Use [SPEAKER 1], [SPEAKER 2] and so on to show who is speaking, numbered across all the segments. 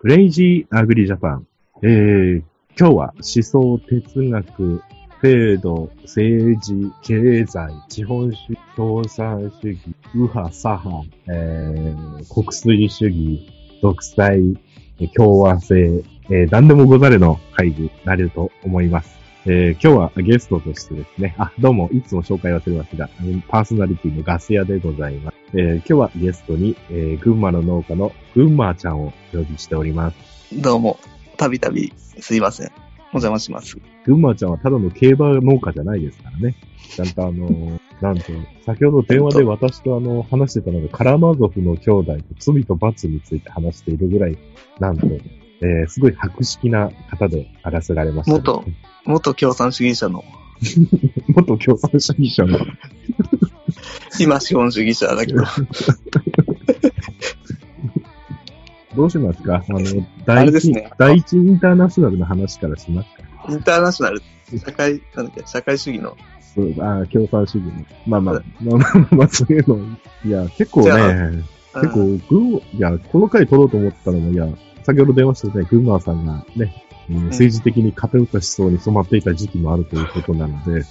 [SPEAKER 1] クレイジーアグリジャパン。えー、今日は思想、哲学、制度、政治、経済、資本主義、共産主義、右派、左派、えー、国粋主義、独裁、共和制、えー、何でもござれの会議になれると思います。えー、今日はゲストとしてですね、あ、どうも、いつも紹介忘れますが、うんパーソナリティのガス屋でございます。えー、今日はゲストに、えー、群馬の農家の群馬ちゃんをお呼びしております。
[SPEAKER 2] どうも、たびたびすいません。お邪魔します。
[SPEAKER 1] 群馬ちゃんはただの競馬農家じゃないですからね。ちゃんとあの、なんと、先ほど電話で私とあの、話してたのが、カラマゾフの兄弟と罪と罰について話しているぐらい、なんと、えー、すごい博識な方であらせられました、
[SPEAKER 2] 元、元共産主義者の、
[SPEAKER 1] 元共産主義者の。
[SPEAKER 2] 今資本主義者だけど、
[SPEAKER 1] どうしますかあの、
[SPEAKER 2] あ
[SPEAKER 1] 第
[SPEAKER 2] れです
[SPEAKER 1] 一、
[SPEAKER 2] ね
[SPEAKER 1] 第一インターナショナルの話からしますか
[SPEAKER 2] インターナショナル、社会、なんだっけ、社会主義の、
[SPEAKER 1] そう、あー共産主義の。まあまあ、まあまあまあまあ、そういうの。いや、結構
[SPEAKER 2] じゃ
[SPEAKER 1] ね、結構、群馬いや、この回取ろうと思ったのも、いや、先ほど電話したね、群馬さんがね、うん政治的に偏った思想に染まっていた時期もあるということなので、
[SPEAKER 2] うん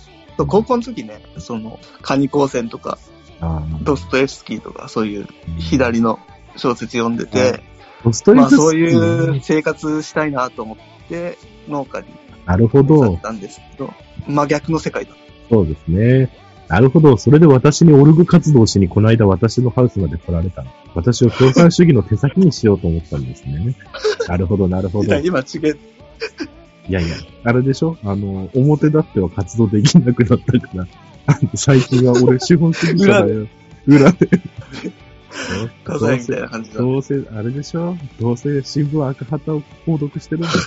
[SPEAKER 2] 高校の時ね、その、カニ光線とか、
[SPEAKER 1] あー
[SPEAKER 2] ドストエフスキーとか、そういう左の小説読んでて、
[SPEAKER 1] ドストエ
[SPEAKER 2] ま
[SPEAKER 1] フ
[SPEAKER 2] あ
[SPEAKER 1] スキ
[SPEAKER 2] そうい
[SPEAKER 1] ー
[SPEAKER 2] う生活したいなと思って、農家に
[SPEAKER 1] なるほ
[SPEAKER 2] され
[SPEAKER 1] ど、
[SPEAKER 2] たんですけど、真逆の世界だ。
[SPEAKER 1] そうですね。なるほど、それで私にオルグ活動しに、この間私のハウスまで来られたの。私を共産主義の手先にしようと思ったんです ね。なるほど、なるほ
[SPEAKER 2] い
[SPEAKER 1] ど。
[SPEAKER 2] や
[SPEAKER 1] い
[SPEAKER 2] 今違え、
[SPEAKER 1] やいや、あれでしょあの、表だっては活動できなくなったから、 あの最近は俺資本主義者だよ。裏で。
[SPEAKER 2] 火災みたいな感じだ。
[SPEAKER 1] どうせ、あれでしょどうせ新聞赤旗を購読してるんだよね。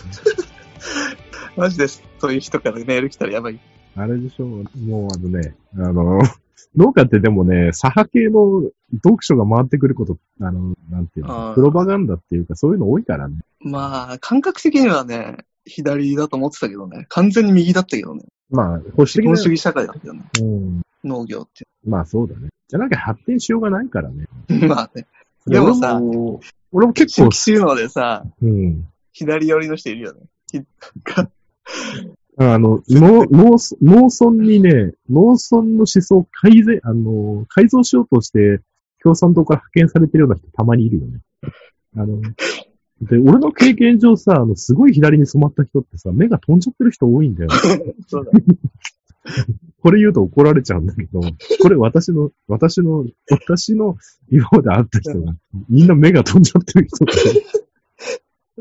[SPEAKER 2] マジです。そういう人からメール来たらやばい。
[SPEAKER 1] あれでしょもうあのね、あの、 農家ってでもね、左派系の読書が回ってくること、あの、なんていうの、
[SPEAKER 2] あー
[SPEAKER 1] プロパガンダっていうかそういうの多いからね。
[SPEAKER 2] まあ、感覚的にはね、左だと思ってたけどね。完全に右だったけどね。
[SPEAKER 1] まあ、保守
[SPEAKER 2] 資
[SPEAKER 1] 的
[SPEAKER 2] 本
[SPEAKER 1] な。
[SPEAKER 2] 主義社会だったよね。
[SPEAKER 1] うん。
[SPEAKER 2] 農業って。
[SPEAKER 1] まあそうだね。じゃなきゃ発展しようがないからね。
[SPEAKER 2] まあね。でもさ
[SPEAKER 1] 俺も、俺も結構、
[SPEAKER 2] 収納でさ、
[SPEAKER 1] うん。
[SPEAKER 2] 左寄りの人いるよね。
[SPEAKER 1] あの、農、農村、農村にね、農村の思想を改善、あの、改造しようとして、共産党から派遣されてるような人たまにいるよね。あの、で、俺の経験上さ、あの、すごい左に染まった人ってさ、目が飛んじゃってる人多いんだよ。
[SPEAKER 2] そうだ。
[SPEAKER 1] これ言うと怒られちゃうんだけど、これ私の、私の、私の今まで会った人が、みんな目が飛んじゃってる人って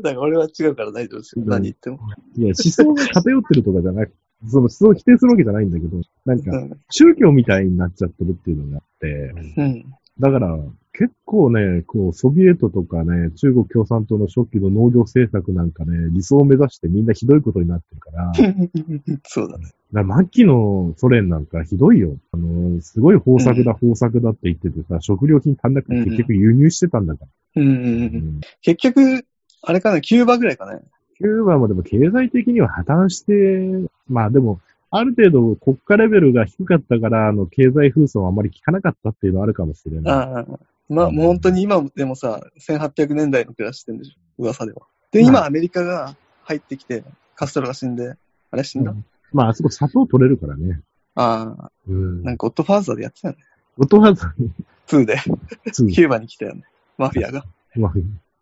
[SPEAKER 2] だから俺は違うから大丈夫ですよ。
[SPEAKER 1] うん
[SPEAKER 2] 何言っても。
[SPEAKER 1] いや、思想が偏ってるとかじゃなくその思想を否定するわけじゃないんだけど、なん
[SPEAKER 2] う
[SPEAKER 1] か、
[SPEAKER 2] ん。
[SPEAKER 1] 宗教みたいになっちゃってるっていうのがあって、
[SPEAKER 2] うん。
[SPEAKER 1] だから、結構ね、こう、ソビエトとかね、中国共産党の初期の農業政策なんかね、理想を目指してみんなひどいことになってるから、
[SPEAKER 2] そうだね。
[SPEAKER 1] だから末期のソ連なんかひどいよ。あの、すごい豊作だ、豊作だって言っててさ、食料品足んなくて結局輸入してたんだか
[SPEAKER 2] うん
[SPEAKER 1] ら。
[SPEAKER 2] うん。結局、あれかな、キューバぐらいかね。
[SPEAKER 1] キューバもでも経済的には破綻して、まあでも、ある程度国家レベルが低かったから、あの、経済風騒はあんまり効かなかったっていうのはあるかもしれない。
[SPEAKER 2] ああ。まあ、もう本当に今もでもさ、1800年代の暮らししてんでしょ。噂では。で、今アメリカが入ってきて、カストロが死んで、あれ死んだ、
[SPEAKER 1] うんまあ、あそこ砂糖取れるからね。
[SPEAKER 2] ああ。
[SPEAKER 1] うん。
[SPEAKER 2] なんか、ゴッドファーザーでやってたよね。
[SPEAKER 1] 音はさ、
[SPEAKER 2] 2で、
[SPEAKER 1] つ
[SPEAKER 2] キューバに来たよね。マフィアが。
[SPEAKER 1] まあ、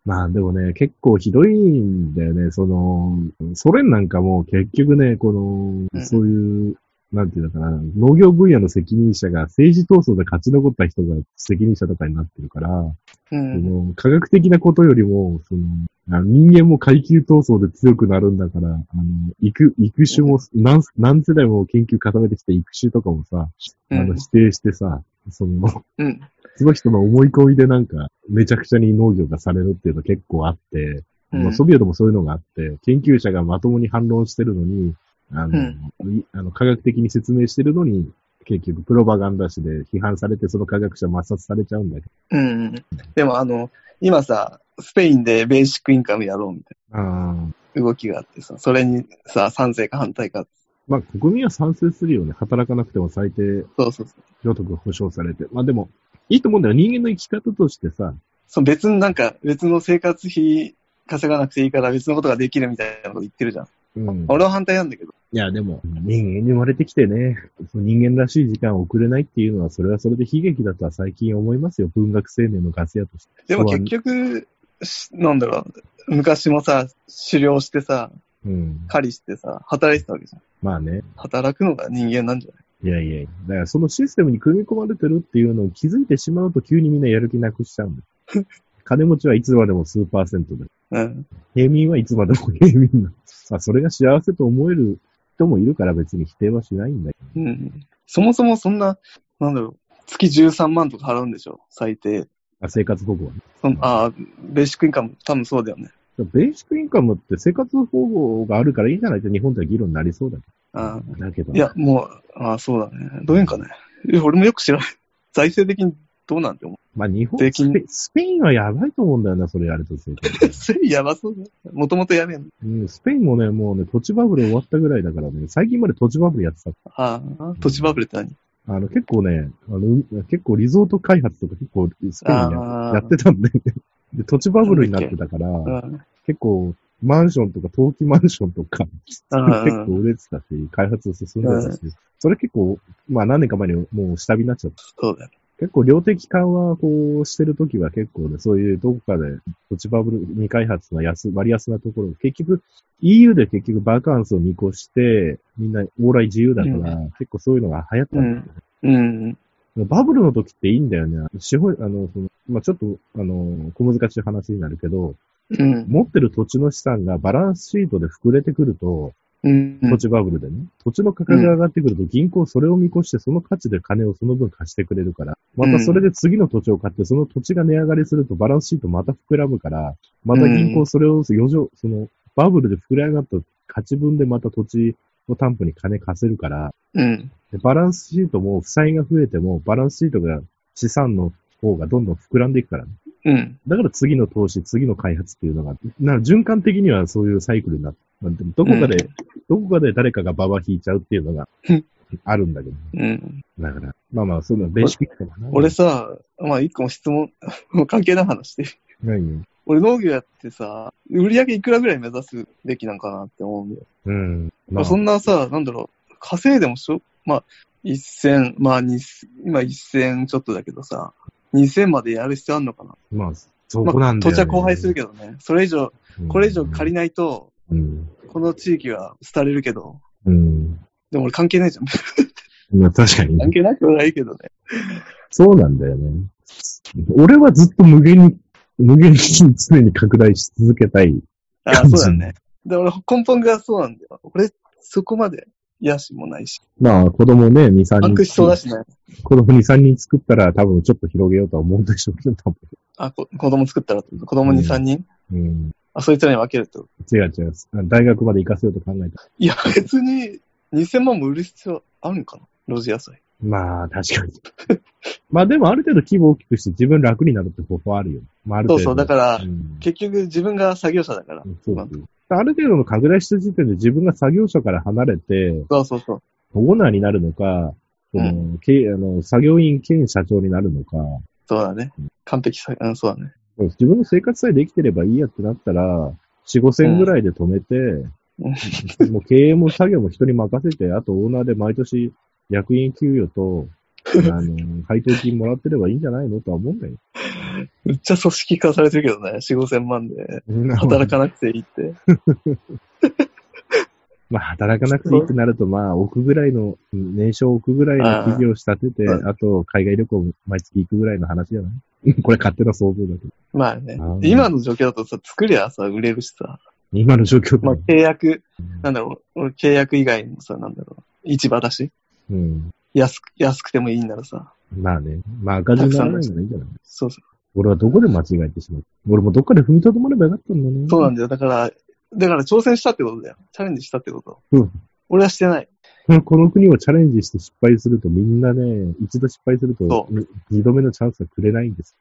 [SPEAKER 1] まあでもね、結構ひどいんだよね。その、ソ連なんかも結局ね、この、
[SPEAKER 2] うん
[SPEAKER 1] そういう、なんていうのかな、農業分野の責任者が政治闘争で勝ち残った人が責任者とかになってるから、
[SPEAKER 2] う
[SPEAKER 1] そ
[SPEAKER 2] ん。
[SPEAKER 1] の科学的なことよりも、その、あ人間も階級闘争で強くなるんだから、あの、育、育種も何、何世代も研究固めてきて育種とかもさ、あ
[SPEAKER 2] う
[SPEAKER 1] の、
[SPEAKER 2] ん
[SPEAKER 1] 否定してさ、その、
[SPEAKER 2] うん。
[SPEAKER 1] その人の思い込みでなんか、めちゃくちゃに農業がされるっていうの結構あって、
[SPEAKER 2] うん
[SPEAKER 1] もうソビエトもそういうのがあって、研究者がまともに反論してるのに、あの、いあの科学的に説明してるのに、結局プロパガンダ誌で批判されて、その科学者抹殺されちゃうんだけ
[SPEAKER 2] うん。でも、あの、今さ、スペインでベーシックインカムやろうみたい
[SPEAKER 1] ど。ああ。
[SPEAKER 2] な動きがあってさ、それにさ、賛成か反対か。
[SPEAKER 1] まあ、国民は賛成するよね。働かなくても最低
[SPEAKER 2] そうそうそう。
[SPEAKER 1] 所得が保障されて。まあでも、いいと思うんだよ。人間の生き方としてさ、
[SPEAKER 2] その別のなんか、別の生活費稼がなくていいから別のことができるみたいなこと言ってるじゃん。
[SPEAKER 1] うん。
[SPEAKER 2] 俺は反対なんだけど。
[SPEAKER 1] いや、でも、人間に生まれてきてね、その人間らしい時間を送れないっていうのは、それはそれで悲劇だとは最近思いますよ。文学青年のガス屋として。
[SPEAKER 2] でも
[SPEAKER 1] そうは
[SPEAKER 2] 結局、しなんだろう、昔もさ、狩猟してさ、
[SPEAKER 1] うん。
[SPEAKER 2] 狩りしてさ、働いてたわけじゃん。
[SPEAKER 1] まあね。
[SPEAKER 2] 働くのが人間なんじゃない
[SPEAKER 1] いやいやだからそのシステムに組み込まれてるっていうのを気づいてしまうと急にみんなやる気なくしちゃうんだ よ金持ちはいつまでも数パーセントで。
[SPEAKER 2] うん。
[SPEAKER 1] 平民はいつまでも平民な。まあ、それが幸せと思える人もいるから別に否定はしないんだけ
[SPEAKER 2] うん。そもそもそんな、なんだろう、月13万とか払うんでしょ最低。
[SPEAKER 1] ど。あ生活保護はね。
[SPEAKER 2] そのああ、ベーシックインカム、多分そうだよね。
[SPEAKER 1] ベーシックインカムって生活保護があるからいいんじゃないって日本では議論になりそうだけ
[SPEAKER 2] ああ
[SPEAKER 1] ど。だけど。
[SPEAKER 2] いや、もう、ああ、そうだね。どういうんかね。いや俺もよく知らない。 財政的にどう なんて思
[SPEAKER 1] まあ日本ス
[SPEAKER 2] 税金
[SPEAKER 1] ペ、スペインはやばいと思うんだよな、それやるとすると。
[SPEAKER 2] う。それやばそうね。もともとやべえの。
[SPEAKER 1] うん、スペインもね、もうね、土地バブル終わったぐらいだからね、最近まで土地バブルやってた。
[SPEAKER 2] ああ、土地バブルって何
[SPEAKER 1] あの、結構ね、あの、結構リゾート開発とか結構スペインや
[SPEAKER 2] ああ
[SPEAKER 1] やってたんだよ ね。で、土地バブルになってたから、
[SPEAKER 2] うん
[SPEAKER 1] 結構、マンションとか、陶器マンションとか、
[SPEAKER 2] うん
[SPEAKER 1] 結構売れてたし、開発進んでたし、それ結構、まあ何年か前にもう下火になっちゃった。
[SPEAKER 2] そうだよ。
[SPEAKER 1] 結構量的緩和こうしてるときは結構ね、そういうどこかで土地バブル未開発の安、割安なところ、結局 EU で結局バカンスを見越して、みんな往来自由だから、
[SPEAKER 2] う
[SPEAKER 1] 結構そういうのが流行った
[SPEAKER 2] うん
[SPEAKER 1] だよね
[SPEAKER 2] ん。うん。
[SPEAKER 1] バブルの時っていいんだよね。資本、あの、その、まあ、ちょっと、あの、小難しい話になるけど、
[SPEAKER 2] うん。
[SPEAKER 1] 持ってる土地の資産がバランスシートで膨れてくると、
[SPEAKER 2] うん。
[SPEAKER 1] 土地バブルでね、土地の価格が上がってくると銀行それを見越してその価値で金をその分貸してくれるから、またそれで次の土地を買ってその土地が値上がりするとバランスシートまた膨らむから、また銀行それを余剰、そのバブルで膨れ上がった価値分でまた土地を担保に金貸せるから、
[SPEAKER 2] うん。
[SPEAKER 1] でバランスシートも負債が増えても、バランスシートが資産の方がどんどん膨らんでいくからね。
[SPEAKER 2] うん。
[SPEAKER 1] だから次の投資、次の開発っていうのが、な循環的にはそういうサイクルになって、まあでもどこかで、どこかで誰かがババ引いちゃうっていうのが
[SPEAKER 2] うん
[SPEAKER 1] あるんだけど。
[SPEAKER 2] うん。
[SPEAKER 1] だから、まあまあ、そういうのベーシックとかな。
[SPEAKER 2] 俺さ、まあ一個も質問、 もう関係ない話して。
[SPEAKER 1] 何よ
[SPEAKER 2] 俺農業やってさ、売り上げいくらぐらい目指すべきなんかなって思うんだよ。
[SPEAKER 1] うん。まあ、
[SPEAKER 2] そんなさ、なんだろう、稼いでもしょまあ、1000、まあ、2000今1000ちょっとだけどさ、2000までやる必要あんのかな。
[SPEAKER 1] まあ、そこなんだ
[SPEAKER 2] 土
[SPEAKER 1] よ、ね。
[SPEAKER 2] 地は荒廃するけどね。それ以上、
[SPEAKER 1] うん
[SPEAKER 2] これ以上借りないと、
[SPEAKER 1] うん。
[SPEAKER 2] この地域は廃れるけど、
[SPEAKER 1] うん。
[SPEAKER 2] でも俺関係ないじゃ ん。
[SPEAKER 1] まあ、確かにね
[SPEAKER 2] 関。係なくはないけどね。
[SPEAKER 1] そうなんだよね。俺はずっと無限に、無限に常に拡大し続けたい。
[SPEAKER 2] ああ、そうだね。。で、俺根本がそうなんだよ。俺、そこまで野心もないし、
[SPEAKER 1] まあ、子供ね、2、3
[SPEAKER 2] 悪しそうだ
[SPEAKER 1] 人。
[SPEAKER 2] しね。
[SPEAKER 1] 子供2、3人作ったら多分ちょっと広げようとは思うんでしょうけど、多分。
[SPEAKER 2] あ、こ子供作ったらってこと、子供
[SPEAKER 1] う
[SPEAKER 2] 2、
[SPEAKER 1] ん
[SPEAKER 2] 3人、
[SPEAKER 1] うん。
[SPEAKER 2] あ、そいつらに分けるってこと。
[SPEAKER 1] 違う違う。大学まで行かせようと考えた。
[SPEAKER 2] いや、別に2000万も売る必要あるんかな路地野菜。
[SPEAKER 1] まあ、確かに。 まあでもある程度規模を大きくして自分楽になるって方法あるよ。まあある
[SPEAKER 2] そ
[SPEAKER 1] 程度。
[SPEAKER 2] うそう、だから、
[SPEAKER 1] うん
[SPEAKER 2] 結局自分が作業者だから。
[SPEAKER 1] そうそうある程度の拡大した時点で自分が作業者から離れて、
[SPEAKER 2] そうそうそう。
[SPEAKER 1] オーナーになるのか、その、
[SPEAKER 2] う
[SPEAKER 1] けあの作業員兼社長になるのか、
[SPEAKER 2] そうだね。完璧さ、うん、そうだね。
[SPEAKER 1] 自分の生活さえできてればいいやってなったら、4、5千ぐらいで止めて、もう経営も作業も人に任せて、あとオーナーで毎年役員給与と、あの、配当金もらってればいいんじゃないのとは思うんだよ。
[SPEAKER 2] めっちゃ組織化されてるけどね。4、5000万で働かなくていいって。
[SPEAKER 1] まあ、働かなくていいってなると、まあ、億ぐらいの、うん年商億ぐらいの企業を仕立てて、
[SPEAKER 2] あ
[SPEAKER 1] あと、海外旅行も毎月行くぐらいの話じゃない これ勝手な想像だけど。
[SPEAKER 2] まあね
[SPEAKER 1] あー。
[SPEAKER 2] 今の状況だとさ、作りゃさ、売れるしさ。
[SPEAKER 1] 今の状況で
[SPEAKER 2] まあ契約、なんだろう、俺契約以外もさ、なんだろう、市場だし。
[SPEAKER 1] うん。
[SPEAKER 2] 安く、安くてもいいんならさ。
[SPEAKER 1] まあね。まあ、赤字にならないならいいんじゃない
[SPEAKER 2] そうそう。
[SPEAKER 1] 俺はどこで間違えてしまう俺もどっかで踏みとどまればよかったんだね。
[SPEAKER 2] そうなん
[SPEAKER 1] だ。
[SPEAKER 2] だよ。だから、だから挑戦したってことだよ。チャレンジしたってこと。
[SPEAKER 1] うん
[SPEAKER 2] 俺はしてない。
[SPEAKER 1] この国をチャレンジして失敗するとみんなね、一度失敗すると
[SPEAKER 2] そ
[SPEAKER 1] 二度目のチャンスはくれないんです。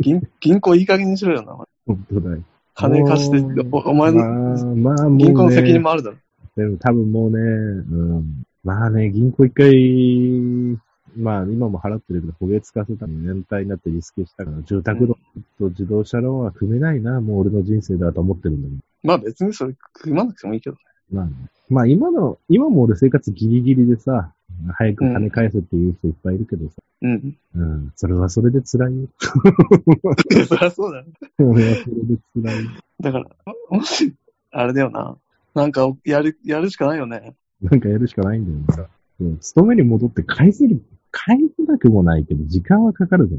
[SPEAKER 2] 銀銀行いい加減にしろよな。お前
[SPEAKER 1] 本当だよ。
[SPEAKER 2] 金貸して
[SPEAKER 1] もう、
[SPEAKER 2] おお前
[SPEAKER 1] まあ
[SPEAKER 2] の、
[SPEAKER 1] まあもう、ね、
[SPEAKER 2] 銀行の責任もあるだろ。
[SPEAKER 1] でも多分もうね、うん。まあね、銀行一回、まあ今も払ってるけど、焦げつかせたのに連帯になってリスケしたから、住宅ローンと自動車ローンは組めないな、もう俺の人生だと思ってるんだけど。
[SPEAKER 2] まあ別にそれ組まなくてもいいけど。
[SPEAKER 1] まあね。まあ今の、今も俺生活ギリギリでさ、早く金返せっていう人いっぱいいるけどさ、
[SPEAKER 2] うん。
[SPEAKER 1] うん、それはそれで辛いよ。
[SPEAKER 2] そりゃそうだよ。
[SPEAKER 1] それはそれで辛いよ。
[SPEAKER 2] だから、ももし、あれだよな。なんか、やる、やるしかないよね。
[SPEAKER 1] なんかやるしかないんだよね。うん、勤めに戻って返せる、返せなくもないけど、時間はかかるか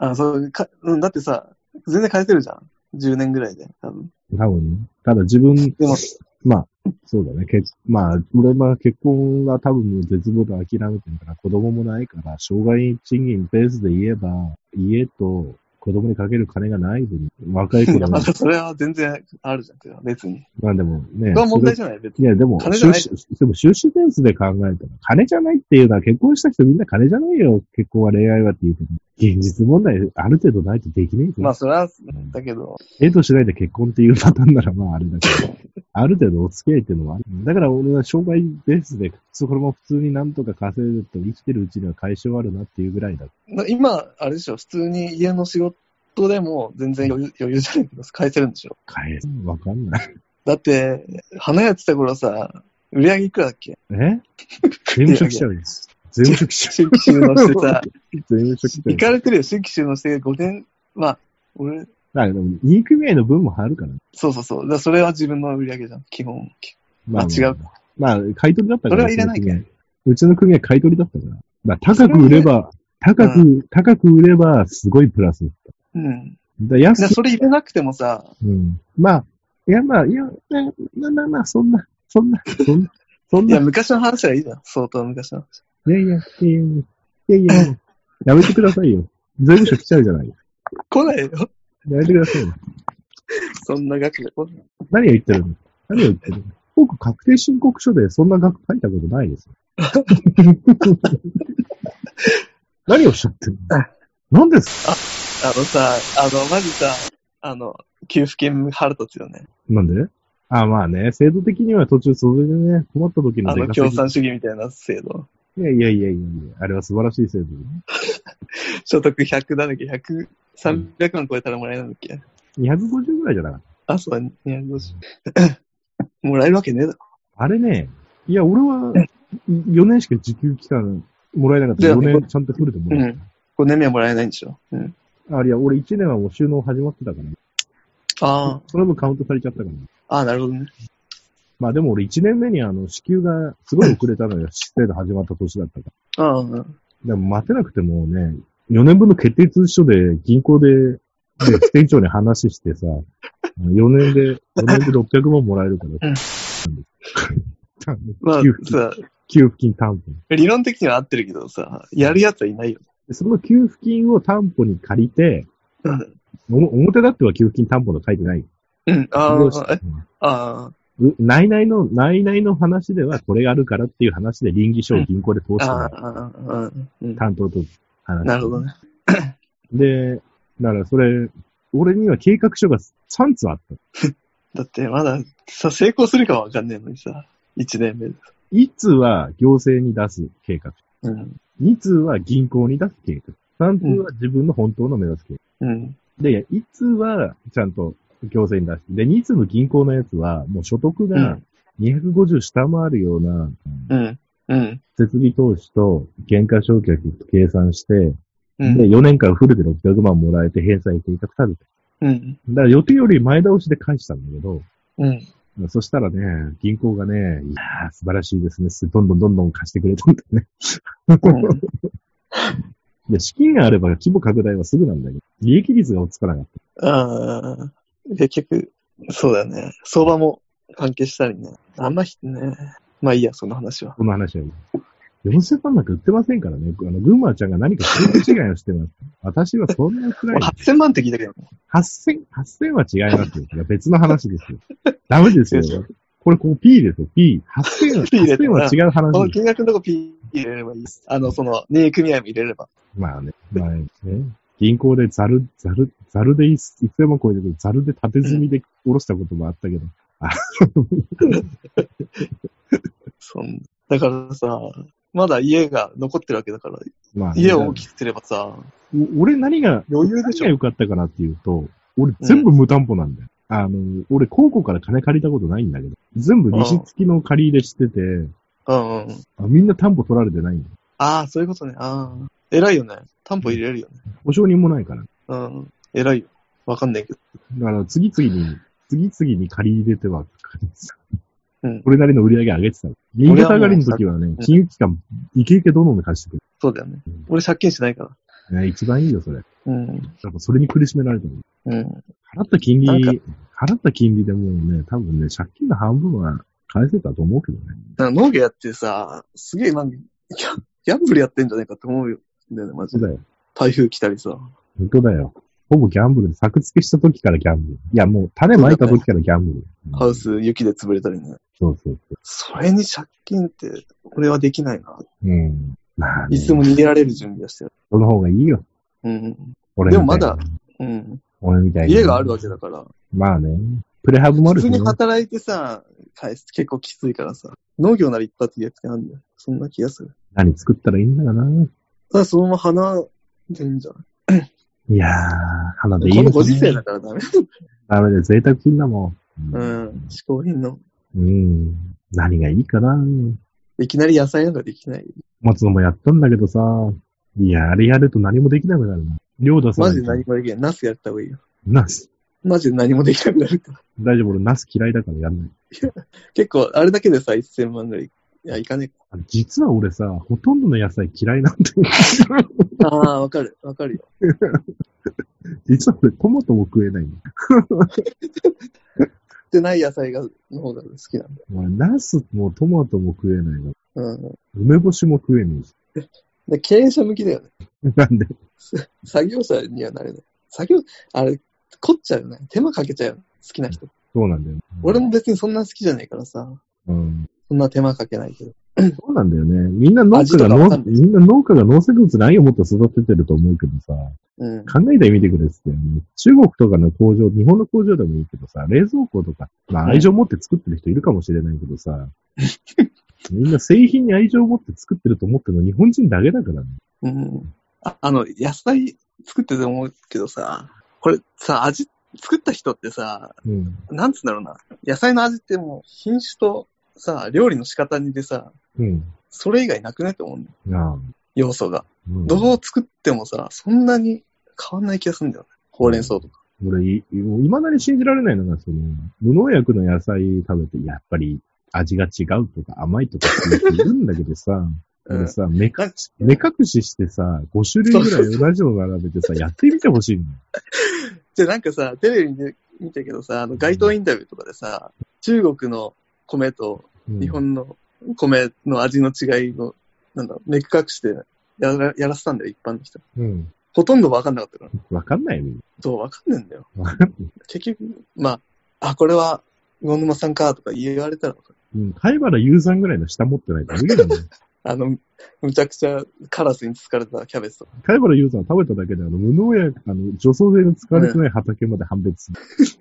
[SPEAKER 1] らな。
[SPEAKER 2] あ、そう、か、うん、だってさ、全然変えてるじゃん。10年ぐらいで、多分。
[SPEAKER 1] うん。多分ね。ただ自分、
[SPEAKER 2] でも、
[SPEAKER 1] まあ、そうだね。結まあ、俺は結婚は多分もう絶望で諦めてるから、子供もないから、障害賃金ベースで言えば、家と子供にかける金がない分、若い子
[SPEAKER 2] いや
[SPEAKER 1] だ
[SPEAKER 2] ま
[SPEAKER 1] も
[SPEAKER 2] だそれは全然あるじゃん、それは別に。
[SPEAKER 1] まあでもね。
[SPEAKER 2] それは問題じゃない、別
[SPEAKER 1] い
[SPEAKER 2] に。
[SPEAKER 1] や、でも、
[SPEAKER 2] 金じゃない
[SPEAKER 1] 収支でも収支ベースで考えたら、金じゃないっていうのは結婚した人みんな金じゃないよ。結婚は恋愛はっていうけど、現実問題ある程度ないとできねえぞ。
[SPEAKER 2] まあ、それは
[SPEAKER 1] ん、
[SPEAKER 2] だけど、
[SPEAKER 1] デートしないで結婚っていうパターンならまああれだけど、 ある程度お付き合いっていうのはある。だから俺は障害ベースで、そこも普通になんとか稼いでと生きてるうちには解消あるなっていうぐらいだ。
[SPEAKER 2] な今、あれでしょ、普通に家の仕事でも全然余裕余裕じゃないけど、返せるんでしょ。
[SPEAKER 1] 返すわかんない。
[SPEAKER 2] だって、花やってた頃さ、売り上げいくらだっけ
[SPEAKER 1] え税務職しちゃうよ。税務職しちゃ
[SPEAKER 2] 新規収納してさ、
[SPEAKER 1] う。税務職し
[SPEAKER 2] 行
[SPEAKER 1] ちゃ
[SPEAKER 2] か
[SPEAKER 1] う。
[SPEAKER 2] れてるよ、新規収納して5年、まあ、俺、
[SPEAKER 1] だからでも、2組合の分も入るからね。
[SPEAKER 2] そうそうそう、だからそれは自分の売り上げじゃん、基本。
[SPEAKER 1] ま
[SPEAKER 2] あ違う。
[SPEAKER 1] まあ、買い取りだったから。
[SPEAKER 2] それはいらないけど
[SPEAKER 1] うちの組合うちの組合買い取りだったから。まあ、高く売れば、高く、
[SPEAKER 2] う
[SPEAKER 1] 高く売れば、すごいプラスだった。
[SPEAKER 2] うん。
[SPEAKER 1] だ安
[SPEAKER 2] だからそれ入れなくてもさ、
[SPEAKER 1] うんまあ、いや、まあ、いや、なななな、そんな、そんな、そんな、そん
[SPEAKER 2] い
[SPEAKER 1] な、
[SPEAKER 2] や、
[SPEAKER 1] い
[SPEAKER 2] 昔の話はいいじゃん、相当昔の話。
[SPEAKER 1] やいや、いやいや、いやいや、やめてくださいよ。税務署来ちゃうじゃない。
[SPEAKER 2] 来ないよ。
[SPEAKER 1] やめてくださいよ。
[SPEAKER 2] そんな額で来ない。
[SPEAKER 1] 何を言ってるの何を言ってるの僕、確定申告書でそんな額書いたことない ですよ。何をおっしゃってるの何です
[SPEAKER 2] あのさ、あの、マジさ、あの、給付金腹立つよね。
[SPEAKER 1] なんであまあね、制度的には途中それでね、困った時の
[SPEAKER 2] あ
[SPEAKER 1] 出
[SPEAKER 2] の、
[SPEAKER 1] 稼
[SPEAKER 2] 共
[SPEAKER 1] ぎ
[SPEAKER 2] 産主義みたいな制度。
[SPEAKER 1] いやいやいやいやいや、あれは素晴らしい制度でね。
[SPEAKER 2] 所得100なんだっけ、100、300万超えたらもらえるんだっけ。
[SPEAKER 1] 250ぐらいじゃなかった
[SPEAKER 2] あ、そうだ、250。もらえるわけねえだろ。
[SPEAKER 1] あれね、いや、俺は4年しか時給期間もらえなかった。
[SPEAKER 2] じゃあ
[SPEAKER 1] 4年ちゃんとフルでもらえた。
[SPEAKER 2] 5年目はもらえないんでしょ。うん。
[SPEAKER 1] あ、いや、俺1年はもう収納始まってたから、
[SPEAKER 2] あ
[SPEAKER 1] それもカウントされちゃったから。
[SPEAKER 2] あ、ああ、なるほどね。
[SPEAKER 1] まあでも俺1年目にあの、支給がすごい遅れたのよ。制度始まった年だったか
[SPEAKER 2] ああ、うん
[SPEAKER 1] ら。でも待てなくてもうね、4年分の決定通知書で銀行で、ね、店長に話してさ、4年で、4年で600万もらえる から。
[SPEAKER 2] まあ
[SPEAKER 1] 給付、金
[SPEAKER 2] さ、
[SPEAKER 1] 給付金担保。
[SPEAKER 2] 理論的には合ってるけどさ、やるやつはいないよ。
[SPEAKER 1] でその給付金を担保に借りて、
[SPEAKER 2] うん。
[SPEAKER 1] おも表立っては給付金担保と書いてない。
[SPEAKER 2] うん、あ
[SPEAKER 1] どうし
[SPEAKER 2] あ、え、あ
[SPEAKER 1] う内々の、内々の話ではこれがあるからっていう話で臨議書を銀行で通
[SPEAKER 2] あ、あ
[SPEAKER 1] してもら
[SPEAKER 2] あ
[SPEAKER 1] う、
[SPEAKER 2] ああ、うん。
[SPEAKER 1] 担当と話して
[SPEAKER 2] なるほどね。
[SPEAKER 1] で、だからそれ、俺には計画書が3つあった。
[SPEAKER 2] だってまださ、成功するかはわかんねえのにさ、1年目で。
[SPEAKER 1] 1通は行政に出す計画。
[SPEAKER 2] うん。
[SPEAKER 1] 2通は銀行に出す計画。3通は自分の本当の目指す計画。
[SPEAKER 2] うん。
[SPEAKER 1] で、1通はちゃんと行政に出して。で、2通の銀行のやつは、もう所得が250下回るような、
[SPEAKER 2] うん。うん。
[SPEAKER 1] 設備投資と減価償却と計算して、
[SPEAKER 2] う
[SPEAKER 1] で、
[SPEAKER 2] ん。
[SPEAKER 1] 4年間フルで600万もらえて返済計画立てて。
[SPEAKER 2] うん。
[SPEAKER 1] だから予定より前倒しで返したんだけど、
[SPEAKER 2] うん。
[SPEAKER 1] そしたらね、銀行がね、いやー素晴らしいですね。どんどんどんどん貸してくれたんだよね。 いや、資金があれば規模拡大はすぐなんだけど、利益率が落ちつかなかった。
[SPEAKER 2] ああ、結局、そうだよね。相場も関係したりね。あんまひね。まあいいや、その話は。
[SPEAKER 1] この話は。4000万なんか売ってませんからね。あの、群馬ちゃんが何か違いをしてます。 私はそんなくらい。
[SPEAKER 2] 8000万って聞いたけど、
[SPEAKER 1] 8000、8000は違いますよ。いや別の話ですよ。ダメ ですよ。これ、こう P ですよ、P。8000は、
[SPEAKER 2] P 入れて
[SPEAKER 1] 8000は違う
[SPEAKER 2] こ
[SPEAKER 1] 話
[SPEAKER 2] の
[SPEAKER 1] です。
[SPEAKER 2] 金額のとこ P 入れればいいです。あの、その、任意組合も入れれば。
[SPEAKER 1] まあね、まあね。銀行でザル、ザル、ザルで1000万超えてて、ザルで縦積みで下ろしたこともあったけど、
[SPEAKER 2] そんだからさ、まだ家が残ってるわけだから、
[SPEAKER 1] まあ、
[SPEAKER 2] 家を大きくすればさ、
[SPEAKER 1] お俺何が、
[SPEAKER 2] 余裕で
[SPEAKER 1] 何
[SPEAKER 2] し
[SPEAKER 1] が
[SPEAKER 2] ょ。
[SPEAKER 1] 良かったかなっていうと、俺全部無担保なんだよ。あの、俺高校から金借りたことないんだけど、全部西付きの借り入れしてて、
[SPEAKER 2] うんうんうん。
[SPEAKER 1] あみんな担保取られてないんだよ。
[SPEAKER 2] ああ、そういうことね。ああ。偉いよね。担保入れるよね。
[SPEAKER 1] 保証人もないから。
[SPEAKER 2] うん。偉いよ。わかんないけど。
[SPEAKER 1] だから次々に、次々に借り入れては、
[SPEAKER 2] うん
[SPEAKER 1] これなりの売り上げ上げてたの。新潟上がりの時はね、
[SPEAKER 2] うん
[SPEAKER 1] 金融機関、イケイケどんどん貸してく
[SPEAKER 2] そうだよね。俺借金しないから。
[SPEAKER 1] る。ね、一番いいよ、それ。
[SPEAKER 2] うん。
[SPEAKER 1] やっぱそれに苦しめられてる。
[SPEAKER 2] うん。
[SPEAKER 1] 払った金利、
[SPEAKER 2] なんか
[SPEAKER 1] 払った金利でもうね、多分ね、借金の半分は返せたと思うけどね。
[SPEAKER 2] なんか農業やってさ、すげえなんか、ギャギャンブルやってんじゃないかって思うよ。だよね、マ
[SPEAKER 1] そ
[SPEAKER 2] ジ
[SPEAKER 1] う
[SPEAKER 2] で。
[SPEAKER 1] だよ。
[SPEAKER 2] 台風来たりさ。
[SPEAKER 1] 本当だよ。ほぼギャンブルで、作付けした時からギャンブル。いや、もう種まいた時からギャンブル。
[SPEAKER 2] ハウス雪で潰れたりね。
[SPEAKER 1] そうそうそ
[SPEAKER 2] それに借金って、俺はできないな。
[SPEAKER 1] う。うん。まあ、ね、
[SPEAKER 2] いつも逃げられる準備はしてる。
[SPEAKER 1] その方がいいよ。
[SPEAKER 2] うん。
[SPEAKER 1] 俺
[SPEAKER 2] で
[SPEAKER 1] みたい
[SPEAKER 2] も
[SPEAKER 1] な
[SPEAKER 2] まだ、うん。
[SPEAKER 1] 俺みたいに。
[SPEAKER 2] 家があるわけだから。
[SPEAKER 1] まあね。プレハブもあ
[SPEAKER 2] 普
[SPEAKER 1] るし
[SPEAKER 2] 通
[SPEAKER 1] ね
[SPEAKER 2] に。働いてさ、返す結構きついからさ。農業なら一発でやってあんだよ。そんな気がする。
[SPEAKER 1] 何作ったらいいんだかな。
[SPEAKER 2] ただそのまま花でいいんじゃない
[SPEAKER 1] いやー、花でいい
[SPEAKER 2] こ
[SPEAKER 1] で
[SPEAKER 2] の
[SPEAKER 1] す
[SPEAKER 2] ご時世
[SPEAKER 1] ね。
[SPEAKER 2] だからダメ。
[SPEAKER 1] ダメで贅沢品だもん。
[SPEAKER 2] うん。思考品の。
[SPEAKER 1] うん。何がいいかな。
[SPEAKER 2] いきなり野菜なんかできない。
[SPEAKER 1] 松野もやったんだけどさ。いや、あれやると何もできなくなるな。量出さな
[SPEAKER 2] マ
[SPEAKER 1] い
[SPEAKER 2] ジ
[SPEAKER 1] と
[SPEAKER 2] で何もできない。ナスやった方がいいよ。
[SPEAKER 1] ナス。
[SPEAKER 2] マジで何もできなくなるから。
[SPEAKER 1] 大丈夫、俺ナス嫌いだからやんない。
[SPEAKER 2] 結構、あれだけでさ、1000万ぐらい。いや、いかね
[SPEAKER 1] あの実は俺さ、ほとんどの野菜嫌いなんだよ。
[SPEAKER 2] えか。ああ、わかる。わかるよ。
[SPEAKER 1] 実は俺トマトも食えないの。
[SPEAKER 2] 売ってない野菜が、の方が好きなんだ。
[SPEAKER 1] まあ、ナスもトマトも食えないの。
[SPEAKER 2] うん。
[SPEAKER 1] 梅干しも食えね
[SPEAKER 2] で経営者向きだよね。
[SPEAKER 1] えし。なんで、
[SPEAKER 2] 作業者にはなれない。作業、あれ、凝っちゃうよね。手間かけちゃうよね。好きな人。
[SPEAKER 1] そうなんだよ。
[SPEAKER 2] 俺も別にそんな好きじゃないからさ。
[SPEAKER 1] うん。
[SPEAKER 2] そんな手間かけないけど。
[SPEAKER 1] そうなんだよね。みんな農家
[SPEAKER 2] 味と
[SPEAKER 1] が
[SPEAKER 2] かわか
[SPEAKER 1] 農、
[SPEAKER 2] んない
[SPEAKER 1] みんな農家が農作物に愛を持って育ててると思うけどさ、
[SPEAKER 2] うん。
[SPEAKER 1] 考えてみてくれっつって、ね、中国とかの工場、日本の工場でもいいけどさ、冷蔵庫とか、まあ
[SPEAKER 2] うん
[SPEAKER 1] 愛情持って作ってる人いるかもしれないけど さ、みんな製品に愛情を持って作ってると思ってるの日本人だけだからね。
[SPEAKER 2] うん。ああの、野菜作ってて思うけどさ、これさ、味、作った人ってさ、
[SPEAKER 1] うん。
[SPEAKER 2] なんつうんだろうな。野菜の味ってもう品種とさ、料理の仕方にでさ、
[SPEAKER 1] うん。
[SPEAKER 2] それ以外なくないと思うんだよ。
[SPEAKER 1] ああ。
[SPEAKER 2] 要素が。
[SPEAKER 1] うん、
[SPEAKER 2] どう作ってもさ、そんなに変わんない気がするんだよね。ほうれん草とか。
[SPEAKER 1] 俺、いいまだに信じられないのが、その、無農薬の野菜食べて、やっぱり味が違うとか甘いとかって言うんだけどさ、
[SPEAKER 2] うん
[SPEAKER 1] 俺さ、目
[SPEAKER 2] なんか
[SPEAKER 1] 目隠ししてさ、5種類ぐらい同じの並べてさ、やってみてほしいの。
[SPEAKER 2] じゃあなんかさ、テレビで見たけどさ、あの街頭インタビューとかでさ、中国の米と
[SPEAKER 1] うん
[SPEAKER 2] 日本の米の味の違いの、なんだ、目隠してやらやらせたんだよ、一般の人。
[SPEAKER 1] うん。
[SPEAKER 2] ほとんど分かんなかったから。
[SPEAKER 1] わかんないよね。
[SPEAKER 2] そう、分かんねえんだよ。
[SPEAKER 1] わかんない
[SPEAKER 2] 結局、まあ、あ、これは、魚沼さんか、とか言われたら分かる、
[SPEAKER 1] うん。貝原雄山ぐらいの下持ってないと無理なんだよ。
[SPEAKER 2] あの、むちゃくちゃカラスに疲れたキャベツとか。
[SPEAKER 1] 貝原雄山食べただけで、あの、無農薬、あの、除草剤の使われてない畑まで判別する。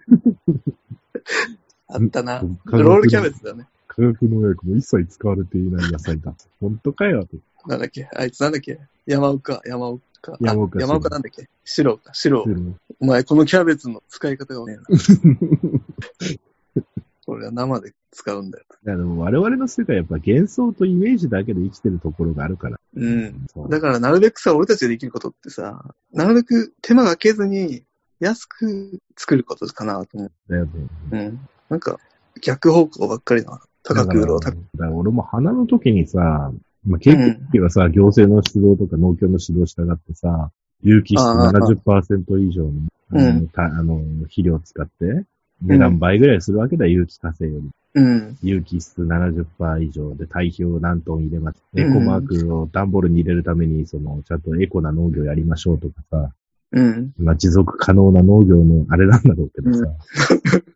[SPEAKER 2] あったな
[SPEAKER 1] うん。
[SPEAKER 2] ロールキャベツだね。
[SPEAKER 1] 化学農薬も一切使われていない野菜だ。本当かよ。
[SPEAKER 2] なんだっけあいつなんだっけ山岡、山岡。あ
[SPEAKER 1] 山岡
[SPEAKER 2] 山岡なんだっけ白か、白。お前、このキャベツの使い方 がねえな。これは生で使うんだよ。
[SPEAKER 1] いやでも我々の世界はやっぱ幻想とイメージだけで生きてるところがあるから。
[SPEAKER 2] うん。
[SPEAKER 1] そう
[SPEAKER 2] だからなるべくさ、俺たちができることってさ、なるべく手間がけずに安く作ることかなと思う。
[SPEAKER 1] だよね。
[SPEAKER 2] うん。なんか逆方向ばっかりな。高く売ろう、
[SPEAKER 1] だか
[SPEAKER 2] 高く。
[SPEAKER 1] らだから俺も花の時にさ、まあ、結局はさ、行政の指導とか農協の指導したがってさ、有機質
[SPEAKER 2] ああ
[SPEAKER 1] 70%以上のあの,、
[SPEAKER 2] うん
[SPEAKER 1] たあの肥料を使って、値段倍ぐらいするわけだよ、有機化成より。
[SPEAKER 2] うん。
[SPEAKER 1] 有機質70%以上で堆肥を何トン入れます。
[SPEAKER 2] うん
[SPEAKER 1] エコマークを段ボールに入れるために、その、ちゃんとエコな農業やりましょうとかさ、
[SPEAKER 2] うん。
[SPEAKER 1] まあ、持続可能な農業のあれなんだろうけどさ、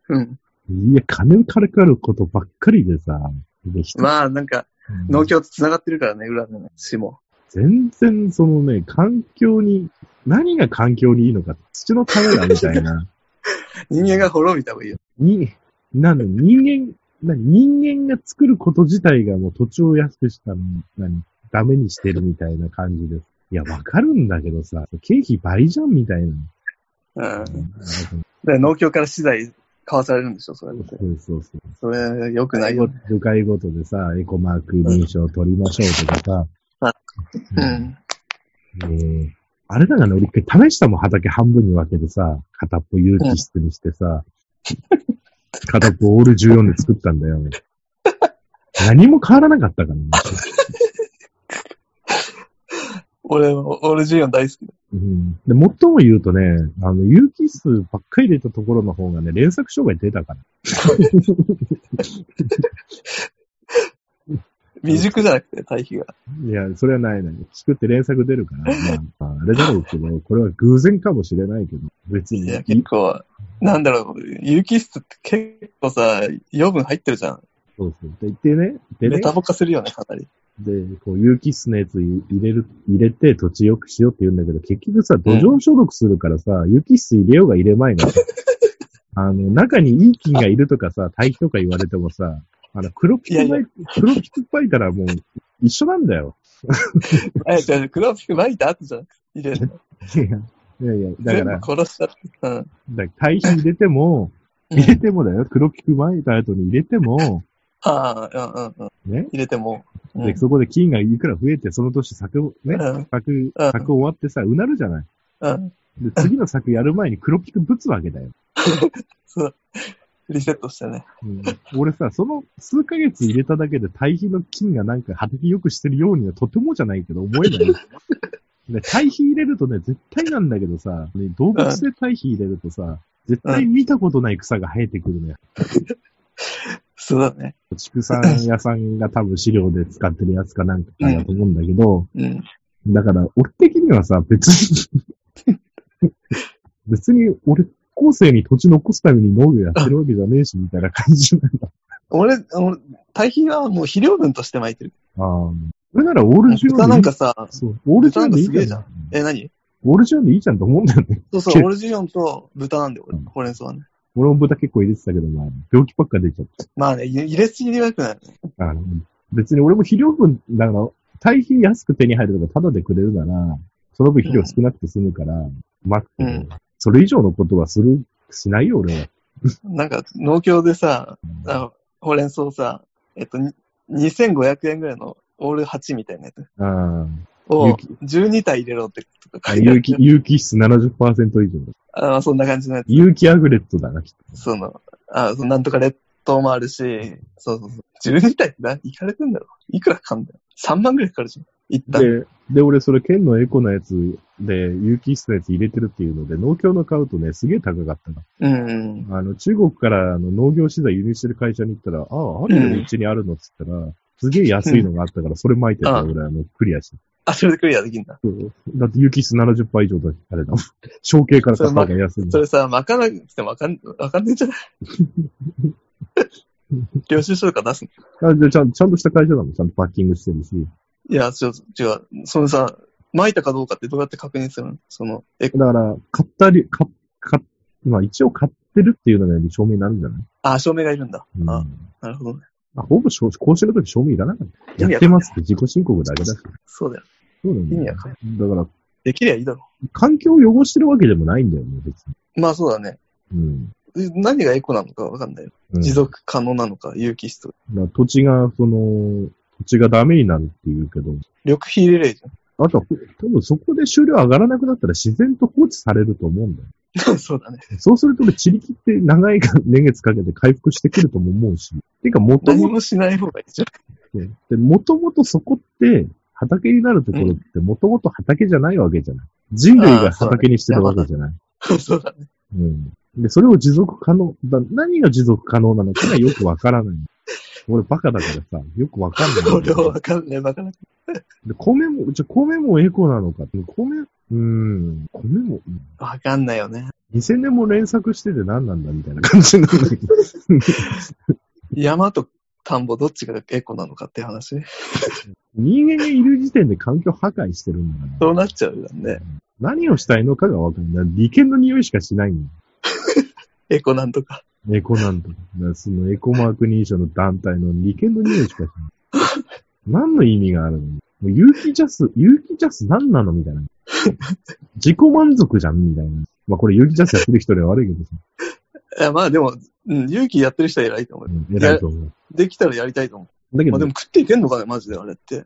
[SPEAKER 2] うん。
[SPEAKER 1] いや、金かかることばっかりでさ、で人
[SPEAKER 2] まあ、なんか
[SPEAKER 1] うん
[SPEAKER 2] 農協と繋がってるからね、裏のね、市も。
[SPEAKER 1] 全然そのね、環境に、何が環境にいいのか、土のためだみたいな。
[SPEAKER 2] 人間が滅びた方がいいよ。
[SPEAKER 1] に、なんだ、人間、な人間が作ること自体がもう土地を安くしたの、何ダメにしてるみたいな感じです。いや、わかるんだけどさ、経費倍じゃんみたいな。
[SPEAKER 2] うん。
[SPEAKER 1] そう
[SPEAKER 2] で、農協から資材買わされるんでしょ、それって。
[SPEAKER 1] そうそう。
[SPEAKER 2] それ、良くないよ。
[SPEAKER 1] 部会ごとでさ、エコマーク認証取りましょうとかさ。
[SPEAKER 2] う。ん。
[SPEAKER 1] えーあれだからね、俺一回試したもん、畑半分に分けてさ、片っぽ有機質にして さ、片っぽオール14で作ったんだよ。何も変わらなかったからね。
[SPEAKER 2] 俺、俺14大好きだ。
[SPEAKER 1] うん。で、もっとも言うとね、あの、有機数ばっかり入れたところの方がね、連作障害出たから。
[SPEAKER 2] 未熟じゃなくて、堆肥が。
[SPEAKER 1] いや、それはないない。作って連作出るから、まあ、あれだろうけど、これは偶然かもしれないけど、別
[SPEAKER 2] い
[SPEAKER 1] に。
[SPEAKER 2] や、結構、なんだろう、有機質って結構さ、養分入ってるじゃん。
[SPEAKER 1] そうそう。で、でね、で
[SPEAKER 2] メ
[SPEAKER 1] ね、
[SPEAKER 2] タボ化するよね、かなり。
[SPEAKER 1] で、こう、有機質のやつ入れる、入れて土地良くしようって言うんだけど、結局さ、土壌消毒するからさ、有機質入れようが入れまいがさ、 あの、中にいい菌がいるとかさ、堆肥とか言われてもさ、あの、黒ピク
[SPEAKER 2] いや
[SPEAKER 1] バイ、黒ピクバイたらもう、一緒なんだ よ。
[SPEAKER 2] あ、違う違う、クロピク巻いた後じゃん。入れる。
[SPEAKER 1] いやいやいや、だから、だ
[SPEAKER 2] 全部殺しちゃって。うん。
[SPEAKER 1] から堆肥入れても、
[SPEAKER 2] うん
[SPEAKER 1] 入れてもだよ、黒ピクバイた後に入れても、
[SPEAKER 2] ああ、うんうんうん。
[SPEAKER 1] ね、
[SPEAKER 2] 入れても。うん
[SPEAKER 1] で、そこで菌がいくら増えて、その年作、ね、
[SPEAKER 2] うん
[SPEAKER 1] 作、
[SPEAKER 2] うん
[SPEAKER 1] 作終わってさ、うなるじゃない。
[SPEAKER 2] うん。
[SPEAKER 1] で、次の作やる前に黒ピクぶつわけだよ。
[SPEAKER 2] そう。リセットしてね。
[SPEAKER 1] うん、俺さ、その数ヶ月入れただけで堆肥の菌がなんか果ててよくしてるようにはとてもじゃないけど思え ない。で堆肥入れるとね、絶対なんだけどさ、ね動物で堆肥入れるとさ、絶対見たことない草が生えてくる のよ。
[SPEAKER 2] そうだね。
[SPEAKER 1] 畜産屋さんが多分飼料で使ってるやつかなんかだと思うんだけど、
[SPEAKER 2] うん。
[SPEAKER 1] だから、俺的にはさ、別に、別に俺、後世に土地残すために農業やってるわけじゃねえし、みたいな感じなんだ。
[SPEAKER 2] 俺、俺堆肥はもう肥料分として巻いてる。
[SPEAKER 1] ああ。それならオールジュ
[SPEAKER 2] 豚
[SPEAKER 1] ン
[SPEAKER 2] なんかさ、
[SPEAKER 1] そう、オールジュンでいい
[SPEAKER 2] 豚なんかすげえ
[SPEAKER 1] じ
[SPEAKER 2] じ
[SPEAKER 1] ゃ
[SPEAKER 2] ゃ
[SPEAKER 1] ん
[SPEAKER 2] ん。え、何
[SPEAKER 1] オールジュンでいいじゃんと思うんだよね。
[SPEAKER 2] そうそう、オルジオンと豚なんだよ、俺
[SPEAKER 1] うん
[SPEAKER 2] ほうれん草はね。
[SPEAKER 1] 俺も豚結構入れてたけど、まあ、病気ばっか出ちゃっ
[SPEAKER 2] まあね、入れすぎは良くない。
[SPEAKER 1] た。あの別に俺も肥料分、だから、堆肥安く手に入るとか、タダでくれるなら、その分肥料少なくて済むから、まくけど
[SPEAKER 2] うん
[SPEAKER 1] それ以上のことはする、しないよ、俺は。
[SPEAKER 2] なんか、農協でさ、あのほうれん草さ、えっと、に2500円ぐらいのオール8みたいなやつ
[SPEAKER 1] ああ。
[SPEAKER 2] を
[SPEAKER 1] 有機
[SPEAKER 2] 12体入れろってとか
[SPEAKER 1] あ
[SPEAKER 2] 書いてあ
[SPEAKER 1] 有
[SPEAKER 2] る。
[SPEAKER 1] 機、有機質70%以上だ。
[SPEAKER 2] あそんな感じのやつ。
[SPEAKER 1] 有機アグレットだな、きっ
[SPEAKER 2] その、あそのなんとか列島もあるし、そうそうそう。12体ってないかれてんだろいくらかかんだよ。3万ぐらいかかるじゃん。一
[SPEAKER 1] と。
[SPEAKER 2] 旦。
[SPEAKER 1] で、で、俺それ県のエコなやつで、有機質のやつ入れてるっていうので、農協の買うとね、すげえ高かったの。
[SPEAKER 2] うん。
[SPEAKER 1] あの、中国からあの農業資材輸入してる会社に行ったら、ああ、あるよ、うちにあるのっつったら、すげえ安いのがあ ったから、それ巻いてた、
[SPEAKER 2] うん
[SPEAKER 1] 俺、あの、クリアして。
[SPEAKER 2] あ、それでクリアできんだ。
[SPEAKER 1] そうだって有機質70%以上だし、あれだもん。承継から買った方が安いの。
[SPEAKER 2] それさ、巻かなくてもわかん、わかんねえ んじゃない領収書とか出すの
[SPEAKER 1] あでちゃんちゃんとした会社だもん、ちゃんとパッキングしてるし。
[SPEAKER 2] いや、ちょ、違う。そのさ、巻いたかどうかってどうやって確認するのその、え、
[SPEAKER 1] だから、買ったり、買、買、まあ一応買ってるっていうので証明になるんじゃない
[SPEAKER 2] あ、証明がいるんだ。
[SPEAKER 1] うん
[SPEAKER 2] あなるほどね。
[SPEAKER 1] あ、ほぼ証講師の時証明いらなかった。
[SPEAKER 2] 意味わかんない
[SPEAKER 1] やってますって自己申告だけだし。
[SPEAKER 2] そうだよ。
[SPEAKER 1] そうなん
[SPEAKER 2] 意
[SPEAKER 1] だ
[SPEAKER 2] 味
[SPEAKER 1] よ。
[SPEAKER 2] わかんない。
[SPEAKER 1] だから、
[SPEAKER 2] できりゃいいだろ
[SPEAKER 1] 環境を汚してるわけでもないんだよね、別に。
[SPEAKER 2] まあそうだね。
[SPEAKER 1] うん。
[SPEAKER 2] 何がエコなのかわかんないよ。
[SPEAKER 1] うん
[SPEAKER 2] 持続可能なのか、有機質とか。
[SPEAKER 1] だから土地が、その、土地がダメになるっていうけど、
[SPEAKER 2] 緑肥入れればいいじ
[SPEAKER 1] あとは、多分そこで収量上がらなくなったら自然と放置されると思うんだよ。
[SPEAKER 2] ゃん。 そうだね。
[SPEAKER 1] そうすると、地力って長い年月かけて回復してくるとも思うし。てか、もと
[SPEAKER 2] 何
[SPEAKER 1] も
[SPEAKER 2] もしない方がいいじゃん。
[SPEAKER 1] ねで、もともとそこって、畑になるところって、もともと畑じゃないわけじゃない。人類が畑にしてるわけじゃない。
[SPEAKER 2] そうだね。
[SPEAKER 1] うん。で、それを持続可能、だ何が持続可能なのかがよくわからない。俺バカだからさ、よくわかんないん
[SPEAKER 2] こ
[SPEAKER 1] だ
[SPEAKER 2] れ
[SPEAKER 1] よ。
[SPEAKER 2] はわかんない、わかんない。
[SPEAKER 1] で、米も、じゃ、米もエコなのか。米、うん、米も、うん
[SPEAKER 2] わかんないよね。
[SPEAKER 1] 2000年も連作してて何なんだみたいな感じになるんだけ ど。
[SPEAKER 2] 山と田んぼどっちがエコなのかって話。
[SPEAKER 1] 人間がいる時点で環境破壊してるんだから
[SPEAKER 2] そうなっちゃうよね。。
[SPEAKER 1] 何をしたいのかがわかんない。利権の匂いしかしないんだよ
[SPEAKER 2] エコなんとか。
[SPEAKER 1] エコなんとか。そのエコマーク認証の団体の利権の匂いしかし何の意味があるのもう有機ジャス、有機ジャス何なのみたいな。自己満足じゃんみたいな。まあこれ有機ジャスやってる人では悪いけどさ。
[SPEAKER 2] いや、まあでも、うん、勇気やってる人は偉いと思う
[SPEAKER 1] う。ん、偉いと思う。
[SPEAKER 2] できたらやりたいと思う。
[SPEAKER 1] だけ
[SPEAKER 2] ま
[SPEAKER 1] ど、
[SPEAKER 2] あでも食っていけんのかね、マジであれって。
[SPEAKER 1] いや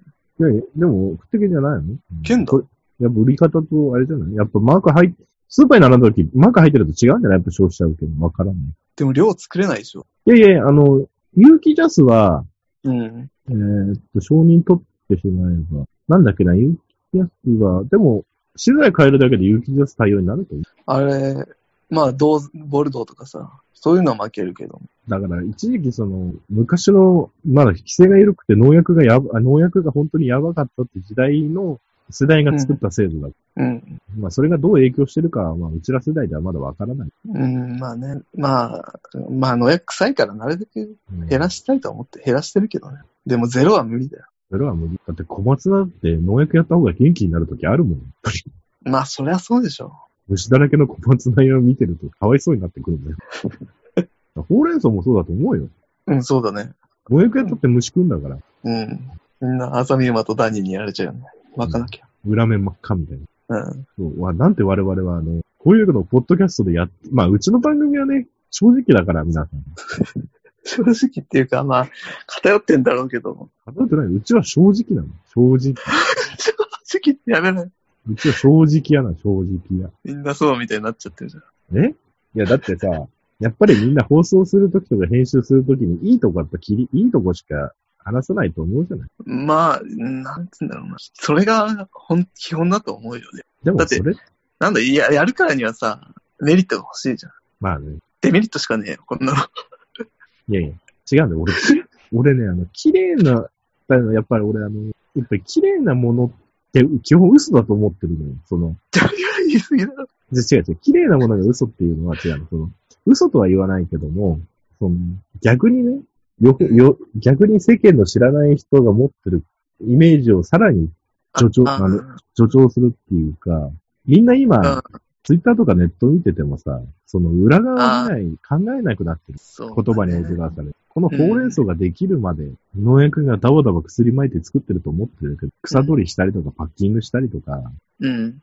[SPEAKER 1] いやでも、食ってけじゃないの
[SPEAKER 2] 剣だ
[SPEAKER 1] これやっぱ売り方とあれじゃないやっぱマーク入っ、スーパーに並んだ時、マーク入ってると違うんじゃないやっぱ消費者受けのわからない。
[SPEAKER 2] でも量作れないでしょ。
[SPEAKER 1] いやいやいや、あの、有機ジャスは、
[SPEAKER 2] うん。
[SPEAKER 1] えーっと、承認取ってしまえば、なんだっけな、有機ジャスは、でも、資材変えるだけで有機ジャス対応になると思う。
[SPEAKER 2] あれ、まあ、銅、ボルドーとかさ、そういうのは負けるけど。
[SPEAKER 1] だから、一時期その、昔の、まだ規制が緩くて農薬がやば、あ農薬が本当にやばかったって時代の世代が作った制度だ。
[SPEAKER 2] うん。
[SPEAKER 1] まあ、それがどう影響してるかは、まあ、うちら世代ではまだわからない。
[SPEAKER 2] うん、まあね。まあ、まあ、農薬臭いからなるべく減らしたいと思って減らしてるけどね。でもゼロは無理だよ。
[SPEAKER 1] それは無理。だって小松だって農薬やった方が元気になるときあるもん。
[SPEAKER 2] まあ、そりゃそうでしょ。
[SPEAKER 1] 虫だらけの小松菜を見てるとかわいそうになってくるんだよ。ほうれん草もそうだと思うよ。
[SPEAKER 2] うん、そうだね。
[SPEAKER 1] 農薬やったって虫食うんだから、
[SPEAKER 2] うん。みんな、アザミウマとダニーにやられちゃうよね。巻かなきゃ。
[SPEAKER 1] 裏面真っ赤みたいな。
[SPEAKER 2] うん。
[SPEAKER 1] そうわなんて我々はね、こういうのをポッドキャストでやっ、まあうちの番組はね、正直だから皆さん。
[SPEAKER 2] 正直っていうか、まあ、偏ってんだろうけど、
[SPEAKER 1] 偏ってない。うちは正直なの。正直。
[SPEAKER 2] 正直ってやめない。
[SPEAKER 1] うちは正直やな、正直や。
[SPEAKER 2] みんなそうみたいになっちゃってるじゃん。
[SPEAKER 1] えいや、だってさ、やっぱりみんな放送するときとか編集するときに、いいとこやっぱ切り、いいとこしか話さないと思うじゃない。
[SPEAKER 2] まあ、なんつうんだろうな。それが、ほん、基本だと思うよね。
[SPEAKER 1] でも
[SPEAKER 2] だって
[SPEAKER 1] それ、
[SPEAKER 2] なんだ、いや、やるからにはさ、メリットが欲しいじゃん。
[SPEAKER 1] まあね、
[SPEAKER 2] デメリットしかねえよ、こんなの。
[SPEAKER 1] いやいや、違うんだよ。俺、き俺ね、あの、綺麗な、あのやっぱり俺、あの、やっぱり綺麗なものって、基本嘘だと思ってるのよ。その、
[SPEAKER 2] 言い過ぎだろ。
[SPEAKER 1] じゃ違う違う、綺麗なものが嘘っていうのは違うの。その、嘘とは言わないけども、その、逆にね、よく、よ、逆に世間の知らない人が持ってるイメージをさらに助長、
[SPEAKER 2] あ
[SPEAKER 1] あの、助長するっていうか、みんな
[SPEAKER 2] うん
[SPEAKER 1] 今、ツイッターとかネット見ててもさ、その裏側見ない、考えなくなってる。
[SPEAKER 2] そうだね
[SPEAKER 1] 言葉に踊らされる。このほうれん草ができるまで、農薬がダバダバ薬撒いて作ってると思ってるけど、草取りしたりとかパッキングしたりとか、
[SPEAKER 2] うん。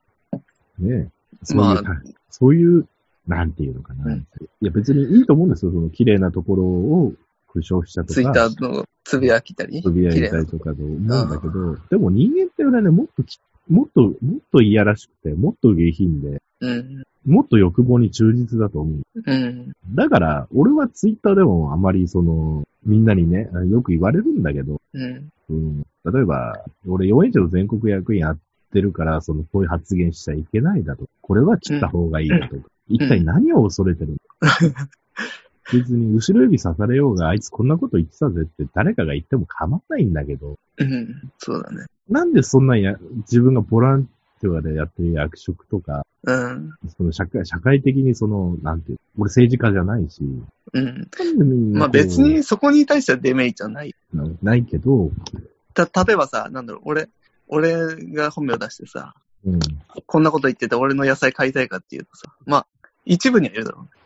[SPEAKER 1] ねそういう、
[SPEAKER 2] ま
[SPEAKER 1] そういう、なんていうのかな。
[SPEAKER 2] うん
[SPEAKER 1] いや別にいいと思うんですよ、その綺麗なところを消費者と
[SPEAKER 2] ツイッ
[SPEAKER 1] か
[SPEAKER 2] タ、ーのつぶやきたり。
[SPEAKER 1] 飛び合いた
[SPEAKER 2] 綺麗
[SPEAKER 1] り
[SPEAKER 2] な
[SPEAKER 1] とかと思うんだけど、でも人間って俺ね、もっとき、もっと、もっといやらしくて、もっと下品で、
[SPEAKER 2] うん。
[SPEAKER 1] もっと欲望に忠実だと思う。
[SPEAKER 2] うん。
[SPEAKER 1] だから、俺はツイッターでもあまりその、みんなにね、よく言われるんだけど、
[SPEAKER 2] うん。
[SPEAKER 1] うん、例えば、俺4以上全国役員やってるから、その、こういう発言しちゃいけないだとか、これは切った方がいいだとか、一体何を恐れてるの か。別に後ろ指刺されようが、あいつこんなこと言ってたぜって誰かが言っても構わないんだけど、
[SPEAKER 2] うん。そうだね。
[SPEAKER 1] なんでそんなや、自分がボランティアでやってる役職とか、
[SPEAKER 2] うん。
[SPEAKER 1] その社会、社会的にその、なんていう、俺政治家じゃないし、
[SPEAKER 2] うん。
[SPEAKER 1] なんでみんな
[SPEAKER 2] まあ
[SPEAKER 1] こう
[SPEAKER 2] 別にそこに対してはデメリットはない。
[SPEAKER 1] なないけど、
[SPEAKER 2] た、例えばさ、なんだろう、俺、俺が本名出してさ、
[SPEAKER 1] うん。
[SPEAKER 2] こんなこと言ってて俺の野菜買いたいかっていうとさ、まあ、一部にはいるだろうね。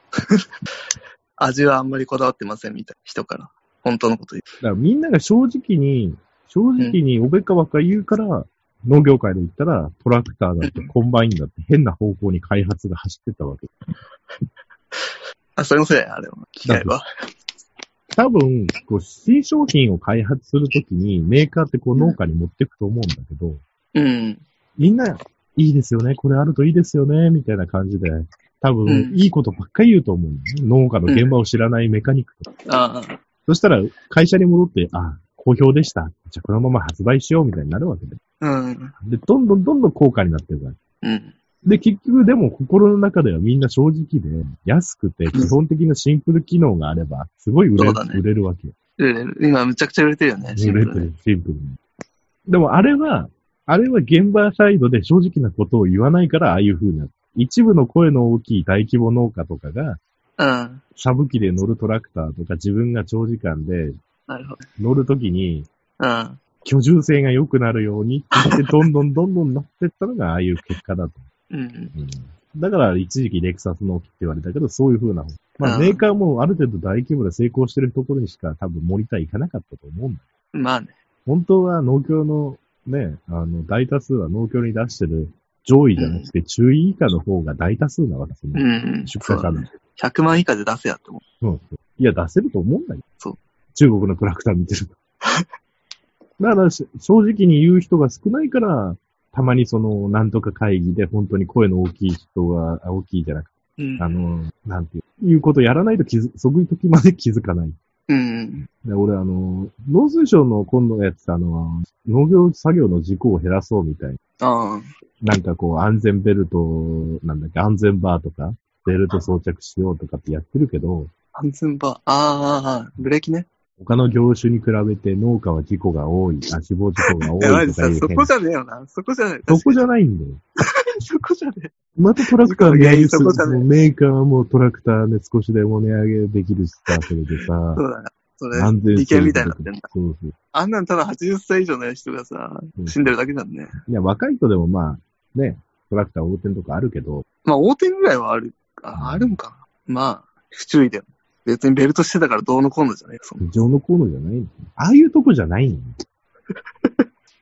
[SPEAKER 2] 味はあんまりこだわってませんみたいな人から、本当のこと言
[SPEAKER 1] だからみんなが正直に、正直におべっかばっか言うから、農業界で言ったら、トラクター だってコンバインだって変な方向に開発が走ってたわけ。
[SPEAKER 2] う。あ、それのせいや、あれは。機械は。
[SPEAKER 1] 多分、こう、新商品を開発するときに、メーカーってこう農家に持ってくと思うんだけど、
[SPEAKER 2] うん。
[SPEAKER 1] みんな、いいですよね、これあるといいですよね、みたいな感じで、多分
[SPEAKER 2] う、ん
[SPEAKER 1] いいことばっかり言うと思うのね、農家の現場を知らないメカニックとか
[SPEAKER 2] ああ、
[SPEAKER 1] そしたら、会社に戻って、あ、好評でした。じゃあこのまま発売しようみたいになるわけで。
[SPEAKER 2] うん。
[SPEAKER 1] で、どんどんどんどん高価になってるから。
[SPEAKER 2] うん。
[SPEAKER 1] で、結局でも心の中ではみんな正直で、安くて基本的なシンプル機能があれば、すごい売れ
[SPEAKER 2] そ
[SPEAKER 1] る
[SPEAKER 2] うだね
[SPEAKER 1] 売れるわけよ。
[SPEAKER 2] 売れる今、むちゃくちゃ売れてるよね、シ
[SPEAKER 1] 売
[SPEAKER 2] ンプ
[SPEAKER 1] れ
[SPEAKER 2] ル
[SPEAKER 1] て
[SPEAKER 2] に。
[SPEAKER 1] る、シンプルに。でもあれは、あれは現場サイドで正直なことを言わないから、ああいう風な。一部の声の大きい大規模農家とかが、
[SPEAKER 2] うん。
[SPEAKER 1] サブ機で乗るトラクターとか自分が長時間で
[SPEAKER 2] なるほ
[SPEAKER 1] 乗るときに、
[SPEAKER 2] ど。うん。
[SPEAKER 1] 居住性が良くなるようにって言って、どんどんどんどんなってったのが、ああいう結果だと。
[SPEAKER 2] うん。
[SPEAKER 1] だから、一時期レクサスの起きって言われたけど、そういう風な。まあ、
[SPEAKER 2] うん
[SPEAKER 1] メーカーもある程度大規模で成功してるところにしか多分モニター行かなかったと思うんだ。
[SPEAKER 2] まあね。
[SPEAKER 1] 本当は農協のね、あの、大多数は農協に出してる上位じゃなくて、中位以下の方が大多数なわけです
[SPEAKER 2] う
[SPEAKER 1] ね。
[SPEAKER 2] ん。
[SPEAKER 1] 出
[SPEAKER 2] そ
[SPEAKER 1] 荷
[SPEAKER 2] うだ
[SPEAKER 1] 者
[SPEAKER 2] ね
[SPEAKER 1] の。
[SPEAKER 2] 100万以下で出せやって思
[SPEAKER 1] そうそう。いや、出せると思うんだよ。
[SPEAKER 2] そう。
[SPEAKER 1] 中国のトラクター見てると。だからし、正直に言う人が少ないから、たまにその、なんとか会議で本当に声の大きい人が、あ大きいじゃなくて、
[SPEAKER 2] う。うん
[SPEAKER 1] あの、なんていう、いうことやらないと気づ、そういう時まで気づかない。
[SPEAKER 2] うん。
[SPEAKER 1] で俺、あの、農水省の今度のやつ、あの、農業作業の事故を減らそうみたいな。
[SPEAKER 2] ああ。
[SPEAKER 1] なんかこう、安全ベルト、なんだっけ、安全バーとか、ベルト装着しようとかってやってるけど、
[SPEAKER 2] 安全バー。ああ、ブレーキね。
[SPEAKER 1] 他の業種に比べて農家は事故が多い、あ死亡事故が多
[SPEAKER 2] やばい
[SPEAKER 1] いと
[SPEAKER 2] です
[SPEAKER 1] かいう
[SPEAKER 2] そ
[SPEAKER 1] 変
[SPEAKER 2] こじゃねえよな。そこじゃない。
[SPEAKER 1] そこじゃないんだよ。
[SPEAKER 2] そこじゃねえ。
[SPEAKER 1] またトラクター値上げす
[SPEAKER 2] そ
[SPEAKER 1] る
[SPEAKER 2] こじゃない
[SPEAKER 1] メーカーはもうトラクターで少しでも値上げできるしさ、それでさ
[SPEAKER 2] そ、うだな。それ、
[SPEAKER 1] 安全
[SPEAKER 2] 利権みたいになってんだ。
[SPEAKER 1] そうそう。
[SPEAKER 2] あんなんただ80歳以上の人がさ
[SPEAKER 1] う、ん
[SPEAKER 2] 死んでるだけじゃんね。
[SPEAKER 1] いや、若い人でもまあ、ね、トラクター横転とかあるけど、
[SPEAKER 2] まあ、横転ぐらいはある、ああるんかな。まあ、不注意だよ。別にベルトしてたからどうのこうのじゃねえよそんな
[SPEAKER 1] 非常のコーナーじゃないのああいうとこじゃないの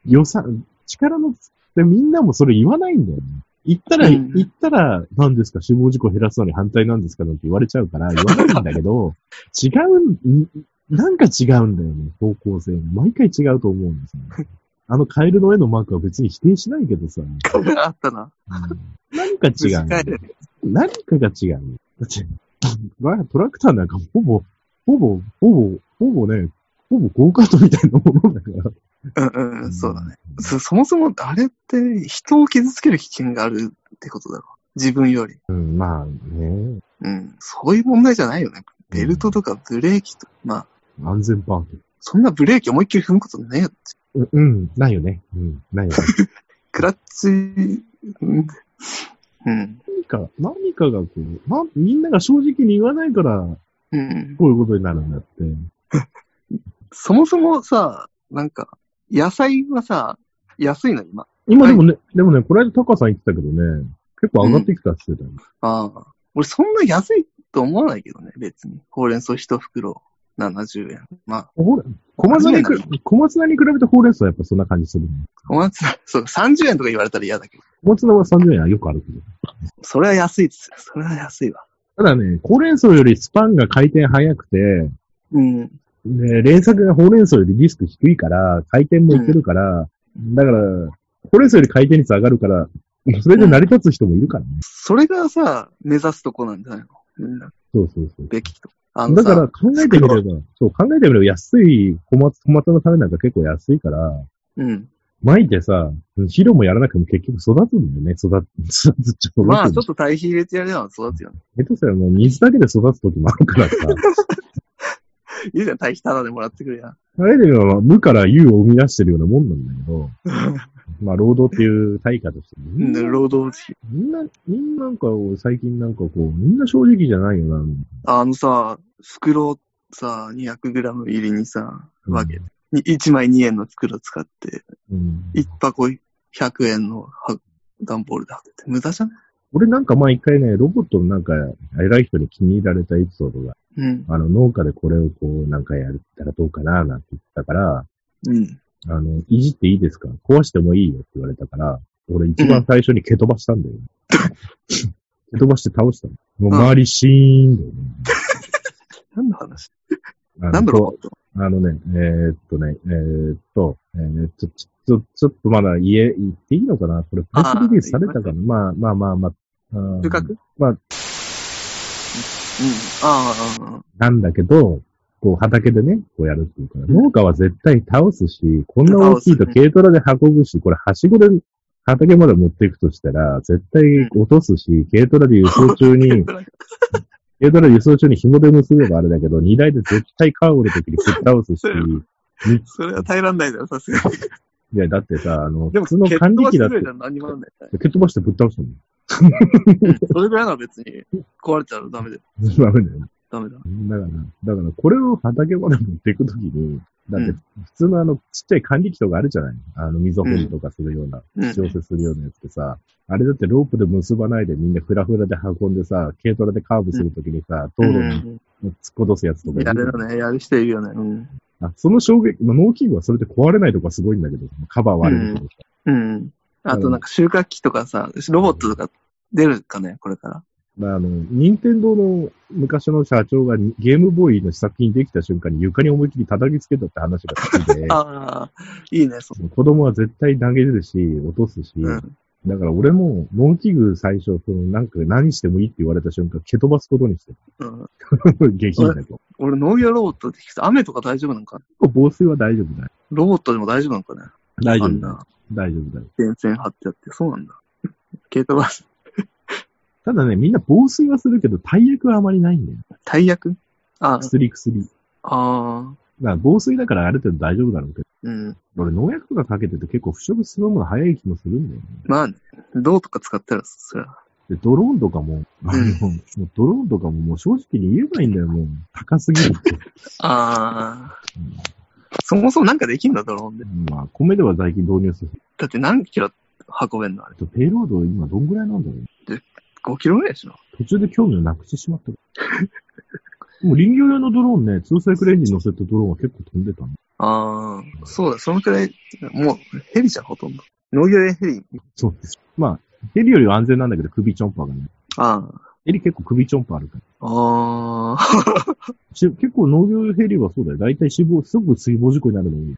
[SPEAKER 1] 予算、力の、でみんなもそれ言わないんだよね。言ったら、
[SPEAKER 2] うん
[SPEAKER 1] 言ったら、何ですか、死亡事故減らすのに反対なんですかなんて言われちゃうから、言わないんだけ ど、違うん、なんか違うんだよね、方向性が。毎回違うと思うんです よね。あのカエルの絵のマークは別に否定しないけどさ、うん
[SPEAKER 2] あったな。
[SPEAKER 1] 何か違うんだよ
[SPEAKER 2] 短いね
[SPEAKER 1] 何かが違う。だって、 トラクターなんかほぼ、ほぼ、ほぼ、ほぼね、ほぼゴーカートみたいなものだから。
[SPEAKER 2] うんうん、そうだね。そそもそも、あれって人を傷つける危険があるってことだろ。自分より。
[SPEAKER 1] うん、まあね、
[SPEAKER 2] うん。そういう問題じゃないよね。ベルトとかブレーキとか、まあ、
[SPEAKER 1] 安全パート。
[SPEAKER 2] そんなブレーキ思いっきり踏むことねえよ。
[SPEAKER 1] うん、うん、ないよね。うん、ないよね。
[SPEAKER 2] クラッチ、うんうん。
[SPEAKER 1] 何か、何かがこう、ま、みんなが正直に言わないから、
[SPEAKER 2] うん。
[SPEAKER 1] こういうことになるんだって。
[SPEAKER 2] そもそもさ、なんか、野菜はさ、安いの今。
[SPEAKER 1] 今でもね、でもね、この間タカさん言ってたけどね、結構上がってきたって言ってたよ、
[SPEAKER 2] ああ。俺そんな安いと思わないけどね、別に。ほうれん草一袋70円。まあ、
[SPEAKER 1] ほら、小松菜に
[SPEAKER 2] 初めて
[SPEAKER 1] く、小松菜に比べてほうれん草はやっぱそんな感じするね。
[SPEAKER 2] 小松菜、そう、30円とか言われたら嫌だけど。
[SPEAKER 1] 小松菜は30円はよくあるけど。
[SPEAKER 2] それは安いっすよ。それは安いわ。
[SPEAKER 1] ただね、ほうれん草よりスパンが回転早くて、
[SPEAKER 2] うん。
[SPEAKER 1] ね、連作がほうれん草よりリスク低いから、回転もいけるから、だから、ほうれん草より回転率上がるから、それで成り立つ人もいるからね。
[SPEAKER 2] それがさ、目指すとこなんじゃないのみんな、
[SPEAKER 1] そうそうそう。
[SPEAKER 2] べきと。あの
[SPEAKER 1] だ
[SPEAKER 2] さ
[SPEAKER 1] から考えてみれば、そう、考えてみれば安い小松、小松の種なんか結構安いから、
[SPEAKER 2] うん。
[SPEAKER 1] 巻いてさ、肥料もやらなくても結局育つんだよね。育つ、育つっちゃ育つ。
[SPEAKER 2] まあ、ちょっと堆肥入れてやれば育つよね。
[SPEAKER 1] 下手すらもう水だけで育つ時もあるからさ。
[SPEAKER 2] いいじゃん、堆肥タダでもらってくれや。
[SPEAKER 1] あれでは、無から有を生み出してるようなもんなんだけど、まあ、労働っていう対価として、みんな、
[SPEAKER 2] 労働費。
[SPEAKER 1] みんな、みんななんか、最近なんかこう、みんな正直じゃないよな、
[SPEAKER 2] あのさ、袋さ、200g 入りにさ、
[SPEAKER 1] うん
[SPEAKER 2] わけ。に1枚2円の袋使って、
[SPEAKER 1] うん。
[SPEAKER 2] 1箱100円のは段ボールで貼ってて、無駄じゃない
[SPEAKER 1] 俺なんか前一回ね、ロボットのなんか、偉い人に気に入られたエピソードが、
[SPEAKER 2] うん。
[SPEAKER 1] あの、農家でこれをこう、なんかやったらどうかな、なんて言ったから、
[SPEAKER 2] うん。
[SPEAKER 1] あの、いじっていいですか壊してもいいよって言われたから、俺一番最初に蹴飛ばしたんだ よ。蹴飛ばして倒したの。もう周りシーンだよね。
[SPEAKER 2] 何の話
[SPEAKER 1] あの
[SPEAKER 2] 何だろう
[SPEAKER 1] あのね、えーっとね、えーっと、えーちょ、ちょ、ちょちょっとまだ言え、言っていいのかなこれ、プレスリリースされたかなまあまあまあまああー。
[SPEAKER 2] 収穫
[SPEAKER 1] まあ
[SPEAKER 2] うん。ああああ、
[SPEAKER 1] なんだけど、こう畑でね、こうやるっていうから、農家は絶対倒すし、こんな大きいと
[SPEAKER 2] 倒す
[SPEAKER 1] 軽トラで運ぶし、これはしごで畑まで持っていくとしたら、絶対落とすし、軽トラで輸送中 に、軽トラで輸送中に紐で結べばあれだけど、荷台で絶対皮折るときに振っ倒すし、
[SPEAKER 2] それは耐えらんないだろ、さすがに。
[SPEAKER 1] いや、だってさ、あの、
[SPEAKER 2] でも、
[SPEAKER 1] 普通の管理機だって
[SPEAKER 2] 蹴飛ばすぐらいじゃ何にもなんない。
[SPEAKER 1] 蹴っ飛ばしてぶっ倒すの。
[SPEAKER 2] それぐらいなら別に壊れちゃうダメだよ。
[SPEAKER 1] ダメだよ。
[SPEAKER 2] ダメだ。
[SPEAKER 1] だから、だからこれを畑まで持っていくときに、だって普通のあの、ちっちゃい管理機とかあるじゃないあの、溝掘りとかするような、
[SPEAKER 2] うん。
[SPEAKER 1] 調整するようなやつってさ、あれだってロープで結ばないでみんなフラフラで運んでさ、軽トラでカーブするときにさ、道
[SPEAKER 2] う
[SPEAKER 1] 路に突
[SPEAKER 2] ん。
[SPEAKER 1] っこ落とすやつとかい
[SPEAKER 2] や
[SPEAKER 1] るじゃ
[SPEAKER 2] る
[SPEAKER 1] ん
[SPEAKER 2] よね。やる人いるよね。うん。
[SPEAKER 1] あ、その衝撃、まあ、農機具はそれで壊れないとかすごいんだけど、カバー割れるとか。
[SPEAKER 2] うん。あとなんか収穫機とかさ、ロボットとか出るかね、これから。、
[SPEAKER 1] まあ、あの、任天堂の昔の社長がにゲームボーイの試作品できた瞬間に床に思いっきり叩きつけたって話が好きで
[SPEAKER 2] ああ、いいね、そ
[SPEAKER 1] 子供は絶対投げれるし、落とすし、
[SPEAKER 2] う。うん。
[SPEAKER 1] だから俺も、農機具最初、その、なんか何してもいいって言われた瞬間、蹴飛ばすことにして
[SPEAKER 2] うん、
[SPEAKER 1] る。下品だと。
[SPEAKER 2] 俺、農業ロボットって聞くと雨とか大丈夫なんか
[SPEAKER 1] 防水は大丈夫だよ。
[SPEAKER 2] ロボットでも大丈夫なんかね
[SPEAKER 1] 大丈
[SPEAKER 2] あ
[SPEAKER 1] 夫
[SPEAKER 2] ん
[SPEAKER 1] だよ。
[SPEAKER 2] な
[SPEAKER 1] 大丈夫だよ。
[SPEAKER 2] 電線張ってあって、そうなんだ。 軽トラ、
[SPEAKER 1] ただね、みんな防水はするけど、大役はあまりないんだよ。
[SPEAKER 2] 大役あ
[SPEAKER 1] 薬薬。だか
[SPEAKER 2] あ、
[SPEAKER 1] ら防水だからある程度大丈夫だろうけ
[SPEAKER 2] うん。
[SPEAKER 1] ど、俺農薬とかかけてて結構腐食するのが早い気もするんだよね。
[SPEAKER 2] まあね、銅とか使ったら、そりゃ。
[SPEAKER 1] で、ドローンとかも、あの、もうドローンとかももう正直に言えばいいんだよ、もう。高すぎるって。
[SPEAKER 2] ああ、そもそもなんかできんだ、ドローンで。
[SPEAKER 1] うん まあ、米では最近導入する。
[SPEAKER 2] だって何キロ運べんのあれ。
[SPEAKER 1] あとペイロード今どんぐらいなんだろう
[SPEAKER 2] 5キロぐらいでしょ
[SPEAKER 1] 途中で興味をなくしてしまった。 もう林業用のドローンね、ツーサイクルエンジン乗せたドローンは結構飛んでたの。
[SPEAKER 2] ああ、そうだ、そのくらい、もうヘリじゃん、ほとんど。農業用ヘリ。
[SPEAKER 1] そうです。まあ、ヘリよりは安全なんだけど首チョンパーがね。
[SPEAKER 2] あ
[SPEAKER 1] ヘリ結構首チョンパーあるから。
[SPEAKER 2] あ、ああ、
[SPEAKER 1] し結構農業ヘリはそうだよ。大体死亡、すぐ水没事故になるのに。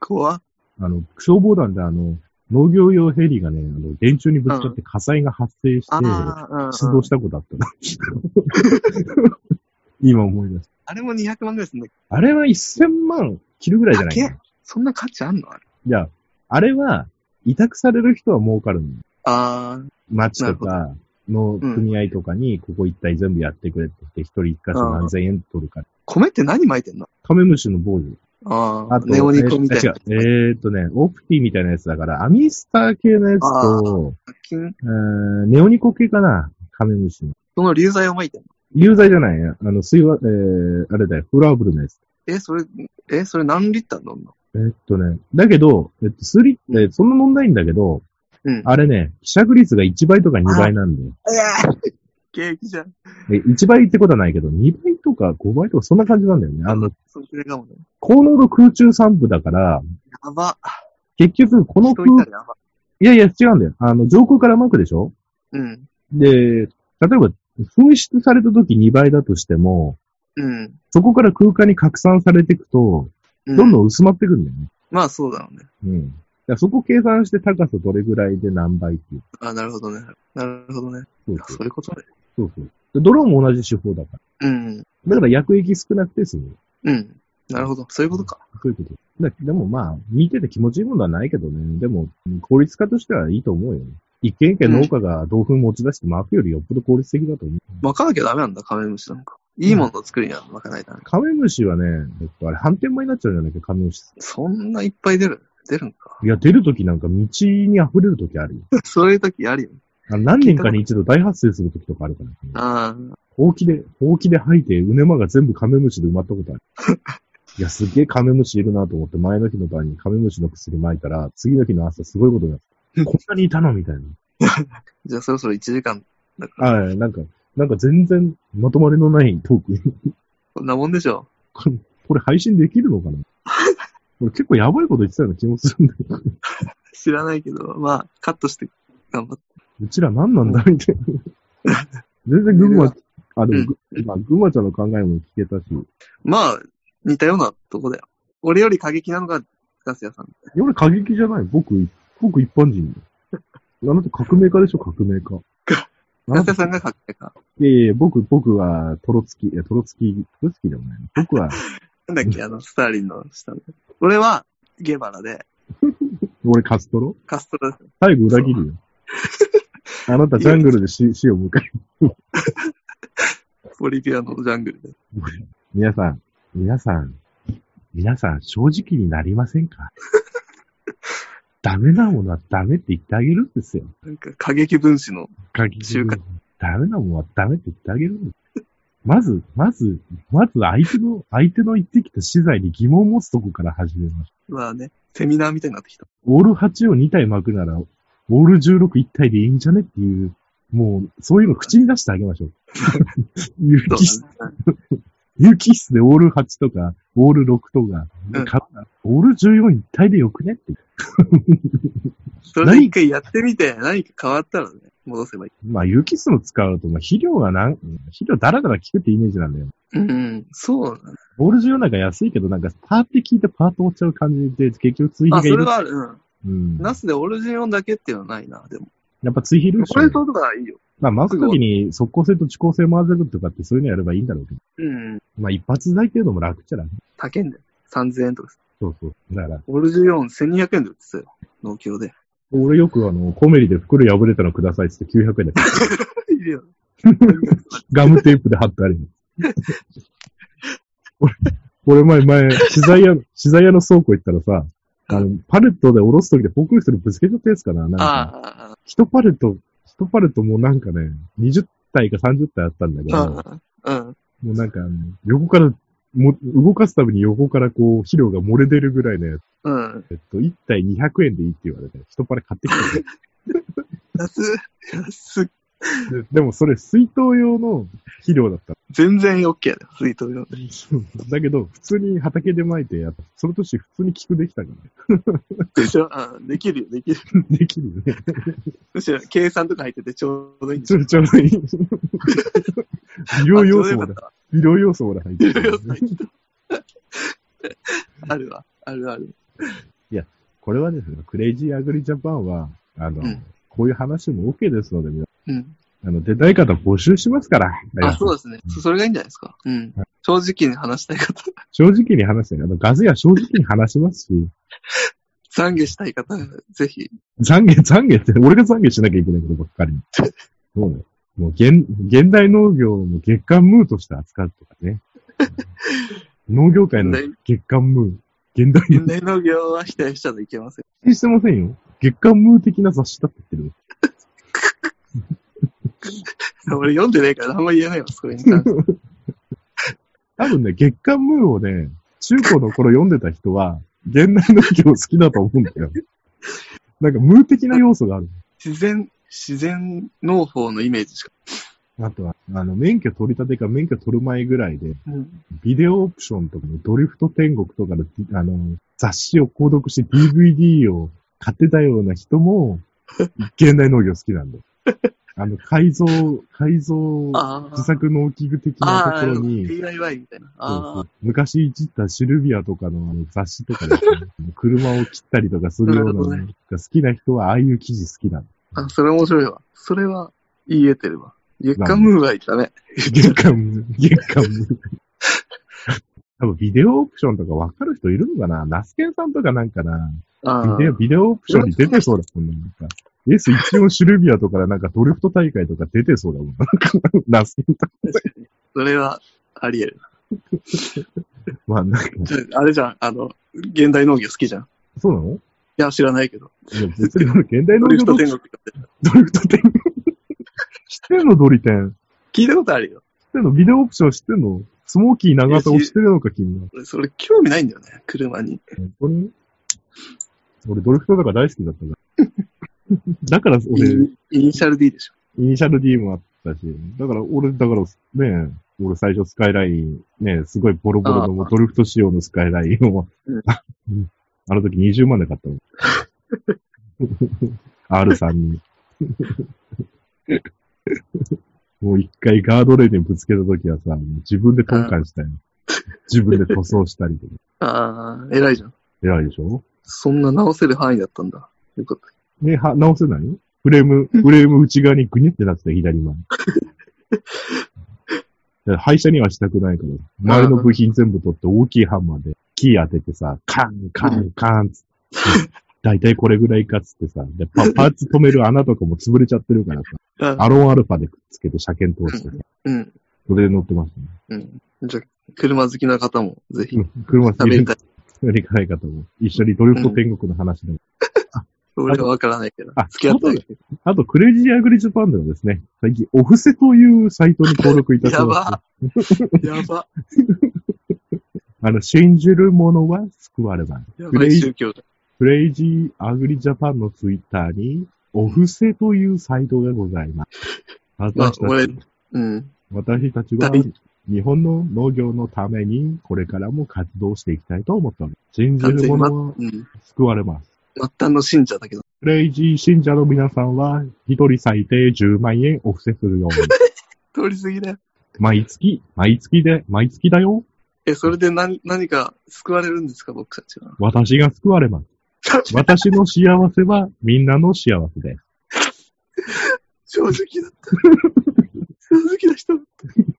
[SPEAKER 2] 怖っ
[SPEAKER 1] あの、消防団であの、農業用ヘリがね、あの、電柱にぶつかって火災が発生して、
[SPEAKER 2] ああ、うん
[SPEAKER 1] 出動したことあったな。 今思い出す。
[SPEAKER 2] あれも200万ぐらいするんだけど、
[SPEAKER 1] あれは1000万切るぐらいじゃないか
[SPEAKER 2] 高
[SPEAKER 1] な。
[SPEAKER 2] そんな価値あんのあれ。
[SPEAKER 1] いや、あれは、委託される人は儲かるのよ。
[SPEAKER 2] ああ、
[SPEAKER 1] 町と
[SPEAKER 2] な
[SPEAKER 1] かの組合とかに、ここ一体全部やってくれって言って、一人一箇所何千円取るから。
[SPEAKER 2] 米って何巻いてんの
[SPEAKER 1] カメムシの防除。
[SPEAKER 2] ああ
[SPEAKER 1] あ、と、
[SPEAKER 2] ネオニコみたいな。
[SPEAKER 1] えー違うえーっとね、オプティみたいなやつだから、アミスター系のやつと、
[SPEAKER 2] 金
[SPEAKER 1] えーネオニコ系かな、カメムシの。
[SPEAKER 2] その流剤を巻いてんの
[SPEAKER 1] 有罪じゃないあの、水は、えー、あれだよ、フラーブルのやつ。
[SPEAKER 2] え、それ、え、それ何リッター飲んの
[SPEAKER 1] えっとね、だけど、えっと、スリって、そんな問題ないんだけど、
[SPEAKER 2] うん。
[SPEAKER 1] あれね、希釈率が1倍とか2倍なんで、
[SPEAKER 2] えー、景気じゃん。
[SPEAKER 1] え1倍ってことはないけど、2倍とか5倍とかそんな感じなんだよね。あの、
[SPEAKER 2] そのくらいかもね。
[SPEAKER 1] 高濃度空中散布だから、
[SPEAKER 2] やば。
[SPEAKER 1] 結局、この
[SPEAKER 2] 人い
[SPEAKER 1] 空、
[SPEAKER 2] たらやば。
[SPEAKER 1] いやいや、違うんだよ。あの、上空から巻くでしょ
[SPEAKER 2] うん。
[SPEAKER 1] で、例えば、噴出された時2倍だとしても、
[SPEAKER 2] うん。
[SPEAKER 1] そこから空間に拡散されていくと、
[SPEAKER 2] う
[SPEAKER 1] どんどん薄まってくんだよね。
[SPEAKER 2] まあそうだろうね。
[SPEAKER 1] うん。だからそこ計算して高さどれぐらいで何倍っていう。
[SPEAKER 2] あ、なるほどね。なるほどね。
[SPEAKER 1] そう
[SPEAKER 2] あ
[SPEAKER 1] そう
[SPEAKER 2] そういうことね。
[SPEAKER 1] そうそう。でドローンも同じ手法だから。
[SPEAKER 2] うん。
[SPEAKER 1] だから薬液少なくて済む。
[SPEAKER 2] うん。なるほど。そういうことか。
[SPEAKER 1] そういうこと。だでもまあ、見てて気持ちいいものはないけどね。でも、効率化としてはいいと思うよね。一軒一軒農家が豆腐持ち出して巻くよりよっぽど効率的だと思う。
[SPEAKER 2] 巻かなきゃダメなんだ、カメムシなんか。いいものを作るには巻かないとダメか。
[SPEAKER 1] カメムシはね、えっと、あれ、反転前になっちゃうんじゃないか、カメムシ。
[SPEAKER 2] そんないっぱい出る出るんか。
[SPEAKER 1] いや、出るときなんか道に溢れるときあるよ。
[SPEAKER 2] そういう時あるよね。
[SPEAKER 1] あ何年かに一度大発生するときとかあるから、ね。
[SPEAKER 2] あ
[SPEAKER 1] ほうきで、ほうきで吐いて、うねまが全部カメムシで埋まったことある。いや、すげえカメムシいるなと思って、前の日の晩にカメムシの薬撒いたら、次の日の朝すごいことになった。こんなにいたのみたいな。
[SPEAKER 2] あ。じゃあそろそろ1時間。だから、
[SPEAKER 1] ああ、なんか、なんか全然まとまりのないトーク。
[SPEAKER 2] こんなもんでしょ
[SPEAKER 1] これ、これ配信できるの かな俺結構やばいこと言ってたような気もするんだけど。
[SPEAKER 2] う。知らないけど、まあ、カットして頑張って。
[SPEAKER 1] うちら何なんだみたいな。全然群馬、あ、でもぐ、まあ、群馬ちゃんの考えも聞けたし、
[SPEAKER 2] まあ、似たようなとこだよ。俺より過激なのがガス屋さん。
[SPEAKER 1] 俺過激じゃない僕、僕一般人だよ。あなた革命家でしょ革命家。あ
[SPEAKER 2] ガ
[SPEAKER 1] な
[SPEAKER 2] ス
[SPEAKER 1] た
[SPEAKER 2] 屋さんが過激か。
[SPEAKER 1] いやいや、僕、僕は、トロツキ、いや、トロツキ、トロツキでもない。僕は、
[SPEAKER 2] なんだっけ、あの、スターリンの下で。俺は、ゲバラで、
[SPEAKER 1] 俺カストロ
[SPEAKER 2] カストラ、
[SPEAKER 1] 最後裏切るよ。あなたジャングルで死死を迎え
[SPEAKER 2] ボリビアのジャングルで。
[SPEAKER 1] 皆さん、皆さん、皆さん、正直になりませんかダメなものはダメって言ってあげるんですよ。
[SPEAKER 2] なんか、過激分子の、
[SPEAKER 1] 中
[SPEAKER 2] 中華
[SPEAKER 1] ダメなものはダメって言ってあげるんです。まず、まず、まず相手の、相手の言ってきた資材に疑問を持つとこから始めましょ
[SPEAKER 2] まあね、セミナーみたいになってきた。
[SPEAKER 1] う。オール8を2体巻くなら、オール16 1体でいいんじゃねって いう、もう、そういうの口に出してあげましょう。いう
[SPEAKER 2] そう
[SPEAKER 1] 気質
[SPEAKER 2] だね。
[SPEAKER 1] 有機質でオール8とか、オール6とか、
[SPEAKER 2] うん
[SPEAKER 1] かオール14一体でよくねって。
[SPEAKER 2] それで一回やってみて、何か変わったらね、戻せばいい。
[SPEAKER 1] まあ、有機質の使うと、まあ、肥料がなん、肥料だらだら効くってイメージなんだよ。
[SPEAKER 2] うん、そうだね。
[SPEAKER 1] オール14なんか安いけど、なんか、パーって聞いてパート落ちちゃう感じで、結局追
[SPEAKER 2] あ、
[SPEAKER 1] 肥が
[SPEAKER 2] そ
[SPEAKER 1] い
[SPEAKER 2] れ
[SPEAKER 1] る。
[SPEAKER 2] はある。うん。
[SPEAKER 1] うん。
[SPEAKER 2] ナスでオルジンオンだけっていうのはないな、でも。
[SPEAKER 1] やっぱ追肥いるでし
[SPEAKER 2] これ
[SPEAKER 1] ょ。
[SPEAKER 2] とかはいいよ。
[SPEAKER 1] まあ、回すときに即効性と遅効性混ぜるとかってそういうのやればいいんだろうけど。
[SPEAKER 2] うん。
[SPEAKER 1] まあ、一発台っていうのも楽っちゃ楽。
[SPEAKER 2] 高いんだよ。3000円とかさ
[SPEAKER 1] そうそう。だから、
[SPEAKER 2] オルジンオン1200円で売ってたよ。農協で。
[SPEAKER 1] 俺よくあの、コメリで袋破れたのくださいって言って900円で、
[SPEAKER 2] いるよ。
[SPEAKER 1] ガムテープで貼ってあるの。俺、俺前、前、資材 屋の、資材屋の倉庫行ったらさ、あの、パレットで下ろすときでフォークリフトにぶつけちゃったやつかななんか、
[SPEAKER 2] あ
[SPEAKER 1] 一パレット、一パレットもうなんかね、20体か30体あったんだけ
[SPEAKER 2] あ、
[SPEAKER 1] ど、
[SPEAKER 2] ああ、うん。
[SPEAKER 1] もうなんかあの、横から、も、動かすために横からこう、肥料が漏れ出るぐらいのやつ、
[SPEAKER 2] うん。
[SPEAKER 1] えっと、1体200円でいいって言われて、一パレ買ってきた。
[SPEAKER 2] 安、安、
[SPEAKER 1] ででもそれ水筒用の肥料だった。
[SPEAKER 2] 全然 OK やで、水筒用で。
[SPEAKER 1] だけど、普通に畑で撒いてやった。その年普通に菊できたか
[SPEAKER 2] でしょああできるよ、できる。
[SPEAKER 1] ら。 できるよね。
[SPEAKER 2] むしろ計算とか入っててちょうどいいん
[SPEAKER 1] ちょ、ちょうどいい。 医療要素もだ。
[SPEAKER 2] だ。
[SPEAKER 1] 医療要素もだ入って
[SPEAKER 2] ちょうどよ
[SPEAKER 1] る
[SPEAKER 2] かった医療用。素入ってたあるわ、あるある。
[SPEAKER 1] これはですね、クレイジーアグリジャパンは、あの、
[SPEAKER 2] うん
[SPEAKER 1] こういう話も OK ですので、皆さ
[SPEAKER 2] うん。
[SPEAKER 1] んあの、出たい方募集しますから。
[SPEAKER 2] あ、そうですね。そそれがいいんじゃないですか。うん。正直に話したい方、
[SPEAKER 1] 正直に話してね、あの、ガズや正直に話しますし、
[SPEAKER 2] 懺悔したい方、ぜひ。
[SPEAKER 1] 懺悔、懺悔って、俺が懺悔しなきゃいけないことばっかり。そうね。もう現、現代農業の月間ムーとして扱うとかね。農業界の月間ムー。現代
[SPEAKER 2] 現代農業は否定しちゃいけません。
[SPEAKER 1] にしてませんよ。月間ムー的な雑誌だって言ってる。
[SPEAKER 2] 俺読んでないからあんま言えないわ、それに関して。
[SPEAKER 1] 多分ね、月間ムーをね、中高の頃読んでた人は、現代農業好きだと思うんだよ。なんかムー的な要素がある。
[SPEAKER 2] 自然、自然農法のイメージしか。
[SPEAKER 1] あとは、あの、免許取り立てか免許取る前ぐらいで、
[SPEAKER 2] うん。
[SPEAKER 1] ビデオオプションとかのドリフト天国とかの、あの、雑誌を購読して DVD を買ってたような人も、現代農業好き なんだよ。あの、改造、改造、
[SPEAKER 2] ああ。
[SPEAKER 1] 自作農機具的なところに、そう
[SPEAKER 2] DIY みたいな。
[SPEAKER 1] そ
[SPEAKER 2] あ
[SPEAKER 1] う昔いじったシルビアとかのあの雑誌とかで、車を切ったりとかするようなの
[SPEAKER 2] な
[SPEAKER 1] が
[SPEAKER 2] る
[SPEAKER 1] 好きな人は、ああいう記事好きなんだ。
[SPEAKER 2] あ、あ、それ面白いわ。それは言えてるわ。月刊ムーはいったね。
[SPEAKER 1] 月間、月間 無。多分ビデオオプションとかわかる人いるのかなナスケンさんとかなんかな
[SPEAKER 2] あ
[SPEAKER 1] ビデオ、ビデオオプションに出てそうだもんね。なんか S14 シルビアとかでなんかドリフト大会とか出てそうだもん。 なんか、ナスケンさ
[SPEAKER 2] それはあり得る。
[SPEAKER 1] ん。まあ、なんか、
[SPEAKER 2] ちょあれじゃん、あの、現代農業好きじゃん。い
[SPEAKER 1] そうなの
[SPEAKER 2] や、知らないけど。
[SPEAKER 1] いや、別に俺現代
[SPEAKER 2] ド
[SPEAKER 1] の
[SPEAKER 2] リフト天国とかって。
[SPEAKER 1] ドリフト天国。知ってんのドリテン。
[SPEAKER 2] 聞いたことあるよ。
[SPEAKER 1] 知ってんのビデオオプション知ってんのスモーキー長田を知ってるのか、君は。
[SPEAKER 2] 俺それ興味ないんだよね、車に。
[SPEAKER 1] これ俺ドリフトとか大好きだったから。だ から
[SPEAKER 2] イ
[SPEAKER 1] 俺、
[SPEAKER 2] ニイニシャル D でしょ。
[SPEAKER 1] イニシャル D もあったし、だから俺、だからね、俺最初スカイライン、ね、すごいボロボロ
[SPEAKER 2] ああ
[SPEAKER 1] のもうドリフト仕様のスカイラインを、
[SPEAKER 2] うん
[SPEAKER 1] あの時20万で買ったの。R さんに。 もう一回ガードレールにぶつけた時はさ、もう自分でトンカンしたよ。自分で塗装したりとか。
[SPEAKER 2] ああ、偉いじゃん。
[SPEAKER 1] 偉いでしょ
[SPEAKER 2] そんな直せる範囲だったんだ。よかった。
[SPEAKER 1] ね、は、直せないよフレー ム、フレーム内側にグニってなってた、左前。だから廃車にはしたくないから、周りの部品全部取って大きいハンマーで、キー当ててさ、カン、カン、カンっつって、だいたいこれぐらいかっつってさ、で パパーツ止める穴とかも潰れちゃってるからさ、
[SPEAKER 2] あ
[SPEAKER 1] アロンアルファでくっつけて車検通してさ、
[SPEAKER 2] うん。
[SPEAKER 1] それで乗ってましたね。
[SPEAKER 2] うん。じゃあ車好きな方もぜひ
[SPEAKER 1] う、ん車好
[SPEAKER 2] 食
[SPEAKER 1] き
[SPEAKER 2] べ
[SPEAKER 1] で
[SPEAKER 2] たい。
[SPEAKER 1] 行かない方も、一緒にドリフト天国の話でも
[SPEAKER 2] 俺はわからないけど。
[SPEAKER 1] あ
[SPEAKER 2] 付き合っただけ
[SPEAKER 1] あと、クレイジーアグリジャパンではですね、最近、オフセというサイトに登録いたし
[SPEAKER 2] や
[SPEAKER 1] ました
[SPEAKER 2] ば。やば。
[SPEAKER 1] あの、信じる者は救われない。
[SPEAKER 2] や
[SPEAKER 1] ク
[SPEAKER 2] ば
[SPEAKER 1] レ
[SPEAKER 2] い
[SPEAKER 1] イ
[SPEAKER 2] 宗教だ。
[SPEAKER 1] クレイジーアグリジャパンのツイッターに、お布施というサイトがございます。
[SPEAKER 2] まあ
[SPEAKER 1] 私、た
[SPEAKER 2] 俺
[SPEAKER 1] ち、、
[SPEAKER 2] うん。
[SPEAKER 1] 私たちは
[SPEAKER 2] 大、
[SPEAKER 1] 日本の農業のために、これからも活動していきたいと思っております。信じる者は
[SPEAKER 2] うん。末
[SPEAKER 1] 救われます。
[SPEAKER 2] 端の信者だけど。
[SPEAKER 1] クレイジー信者の皆さんは、一人最低10万円お布施するように。
[SPEAKER 2] 通り過ぎだよ。
[SPEAKER 1] 毎月、毎月で、毎月だよ。
[SPEAKER 2] え、それで何、何か救われるんですか、僕たちは。
[SPEAKER 1] 私が救われます。私の幸せはみんなの幸せです。
[SPEAKER 2] 正直だった。正直な人だっ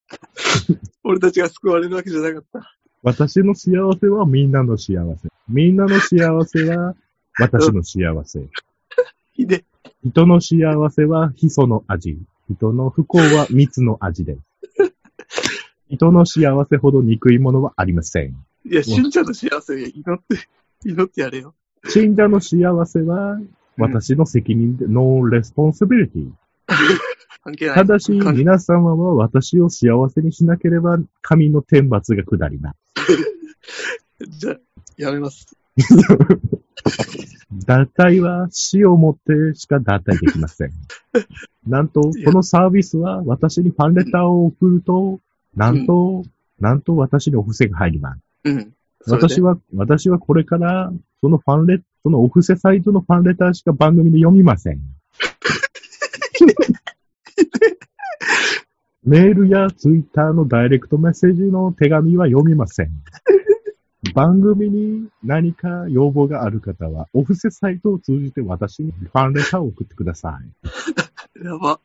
[SPEAKER 2] た。俺たちが救われるわけじゃなかった。
[SPEAKER 1] 私の幸せはみんなの幸せ。みんなの幸せは私の幸せ。
[SPEAKER 2] ひで。
[SPEAKER 1] 人の幸せはヒ素の味。人の不幸は蜜の味です。人の幸せほど憎いものはありません。
[SPEAKER 2] いや、信者の幸せ祈って、祈ってやれよ。
[SPEAKER 1] 信者の幸せは私の責任で、ノーレスポンシビリティ。
[SPEAKER 2] 関係ない。
[SPEAKER 1] ただし、皆様は私を幸せにしなければ神の天罰が下ります。
[SPEAKER 2] じゃあ、やめます。
[SPEAKER 1] 脱退は死をもってしか脱退できません。なんと、このサービスは私にファンレターを送ると、なんと、なんと私にお布施が入ります。
[SPEAKER 2] うん。それで
[SPEAKER 1] 私は、私はこれから、そのファンレ、そのお布施サイトのファンレターしか番組で読みま せん。メールやツイッターのダイレクトメッセージの手紙は読みません。番組に何か要望がある方は、お布施サイトを通じて私にファンレターを送ってください。
[SPEAKER 2] やば。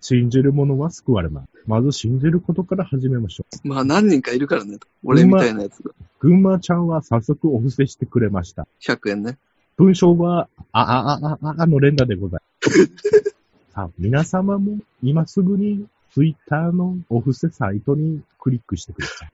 [SPEAKER 1] 信じる者は救われます。まず信じることから始めましょう。
[SPEAKER 2] まあ何人かいるからね。俺みたいなやつが。
[SPEAKER 1] 群馬ちゃんは早速お布施してくれました。
[SPEAKER 2] 100円ね。
[SPEAKER 1] 文章は、あ、あ、あ、あ、あ、あの連打でございます。さあ、皆様も今すぐにツイッターのお布施サイトにクリックしてください。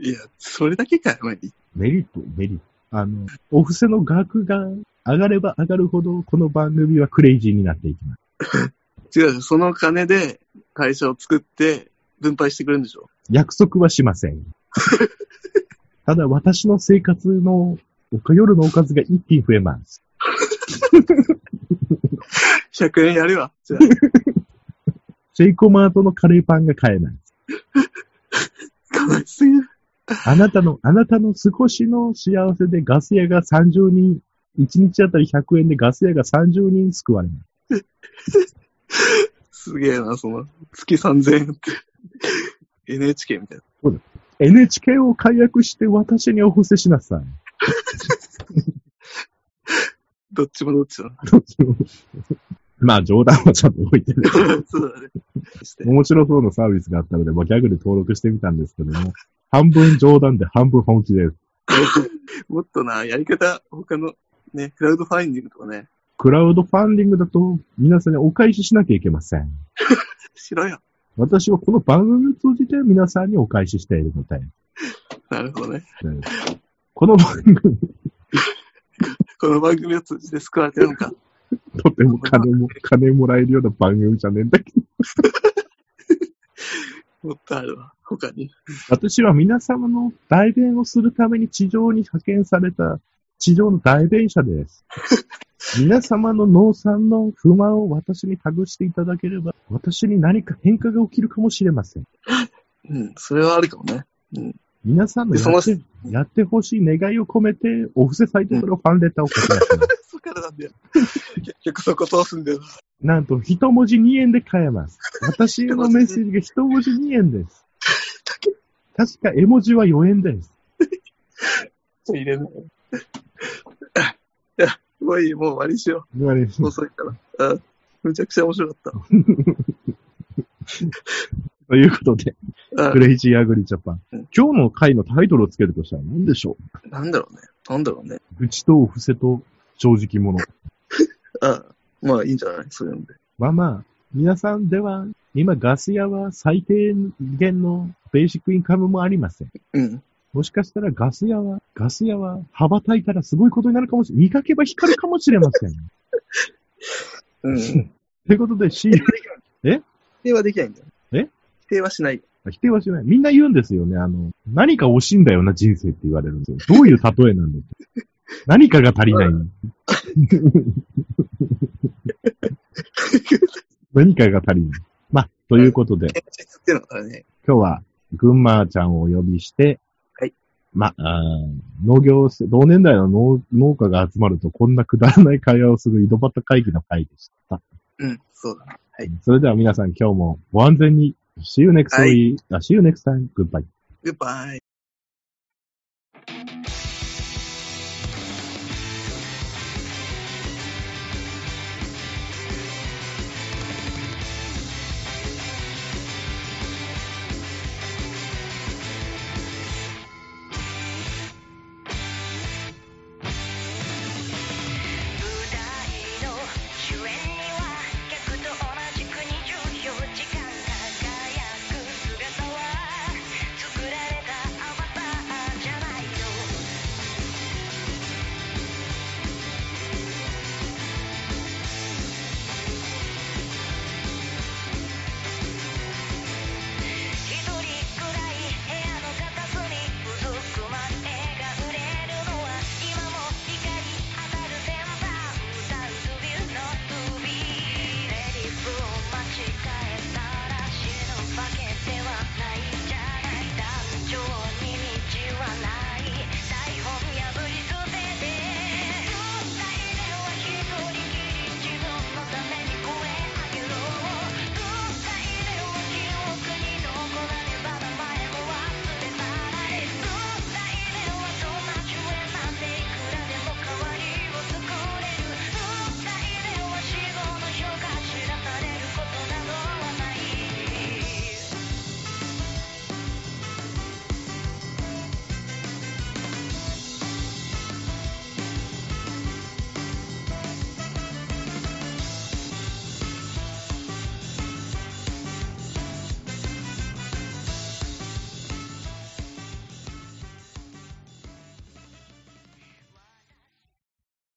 [SPEAKER 2] いや、それだけかよ、前に。
[SPEAKER 1] メリット、メリット。あの、お布施の額が上がれば上がるほど、この番組はクレイジーになっていきます。
[SPEAKER 2] 違うよ、その金で会社を作って分配してくれるんでしょ
[SPEAKER 1] 約束はしません。ただ、私の生活のおか夜のおかずが一品増えます。
[SPEAKER 2] ?100 円やるわ。じゃあ、
[SPEAKER 1] シェイコマートのカレーパンが買えない。
[SPEAKER 2] か わいすぎる。
[SPEAKER 1] あなたの、あなたの少しの幸せでガス屋が30人、1日あたり100円でガス屋が30人救われます。
[SPEAKER 2] すげえな、その、月3000円って。NHK みたいな。
[SPEAKER 1] NHK を解約して私にお布施しなさい。
[SPEAKER 2] どっちもどっち だな。
[SPEAKER 1] まあ冗談はちょっと置いてる。
[SPEAKER 2] そうだね。して
[SPEAKER 1] 面白そうなサービスがあったので、まあ、ギャグで登録してみたんですけども、半分冗談で半分本気です。
[SPEAKER 2] もっとな、やり方、他の、ね、クラウドファインディングとかね、
[SPEAKER 1] クラウドファンディングだと皆さんにお返ししなきゃいけません。
[SPEAKER 2] しろよ。
[SPEAKER 1] 私はこの番組を通じて皆さんにお返ししているので、
[SPEAKER 2] なるほどね。
[SPEAKER 1] ねこの番組
[SPEAKER 2] この番組を通じて救われてるのか。
[SPEAKER 1] とても金も、金もらえるような番組じゃねえんだけど。
[SPEAKER 2] もっとあるわ。他に。
[SPEAKER 1] 私は皆様の代弁をするために地上に派遣された地上の代弁者です。皆様の農産の不満を私に託していただければ、私に何か変化が起きるかもしれません。
[SPEAKER 2] うん、それはあるかもね。
[SPEAKER 1] 皆さんのや
[SPEAKER 2] で
[SPEAKER 1] っ
[SPEAKER 2] そ
[SPEAKER 1] てやってほしい願いを込めて、お布施サイトからファンレターを書きました。
[SPEAKER 2] そっからなんだよ。結局そこ通すんだよ。
[SPEAKER 1] なんと、一文字2円で買えます。私へのメッセージが一文字2円です。確か絵文字は4円です。
[SPEAKER 2] 入れない。いや、もういい、もう終わりにしよ
[SPEAKER 1] 言われる
[SPEAKER 2] う。もう遅いから。うん。むちゃくちゃ面白かっ
[SPEAKER 1] ということで、
[SPEAKER 2] た。
[SPEAKER 1] クレイジーアグリジャパン
[SPEAKER 2] うん。
[SPEAKER 1] 今日の回のタイトルをつけるとしたら何でしょ
[SPEAKER 2] うん。なんだろうね。なんだろうね。
[SPEAKER 1] う愚痴とお布施と正直者。
[SPEAKER 2] あまあいいんじゃないそういうので。
[SPEAKER 1] まあまあ、皆さんでは、今ガス屋は最低限のベーシックインカムもありません。
[SPEAKER 2] うん。
[SPEAKER 1] もしかしたらガス屋は、ガス屋は羽ばたいたらすごいことになるかもしれ、磨けば光るかもしれません。
[SPEAKER 2] うん。
[SPEAKER 1] ということで、C
[SPEAKER 2] 否定はできないんだよ。
[SPEAKER 1] え
[SPEAKER 2] 否定はしない。
[SPEAKER 1] 否定はしない。みんな言うんですよね。あの、何か惜しいんだよな、人生って言われるんですよ。どういう例えなん だって。何かが足りない。何かが足りない。まあ、ということで、
[SPEAKER 2] 現実っていうのがね、
[SPEAKER 1] 今日は、群馬ちゃんをお呼びして、
[SPEAKER 2] はい。
[SPEAKER 1] ま、あー農業せ、同年代の農農家が集まるとこんなくだらない会話をする井戸端会議の会でした。
[SPEAKER 2] うん、そうだな。はい。
[SPEAKER 1] それでは皆さん今日もご安全に、See you next week、あ、See you next time, goodbye.
[SPEAKER 2] グッバイ。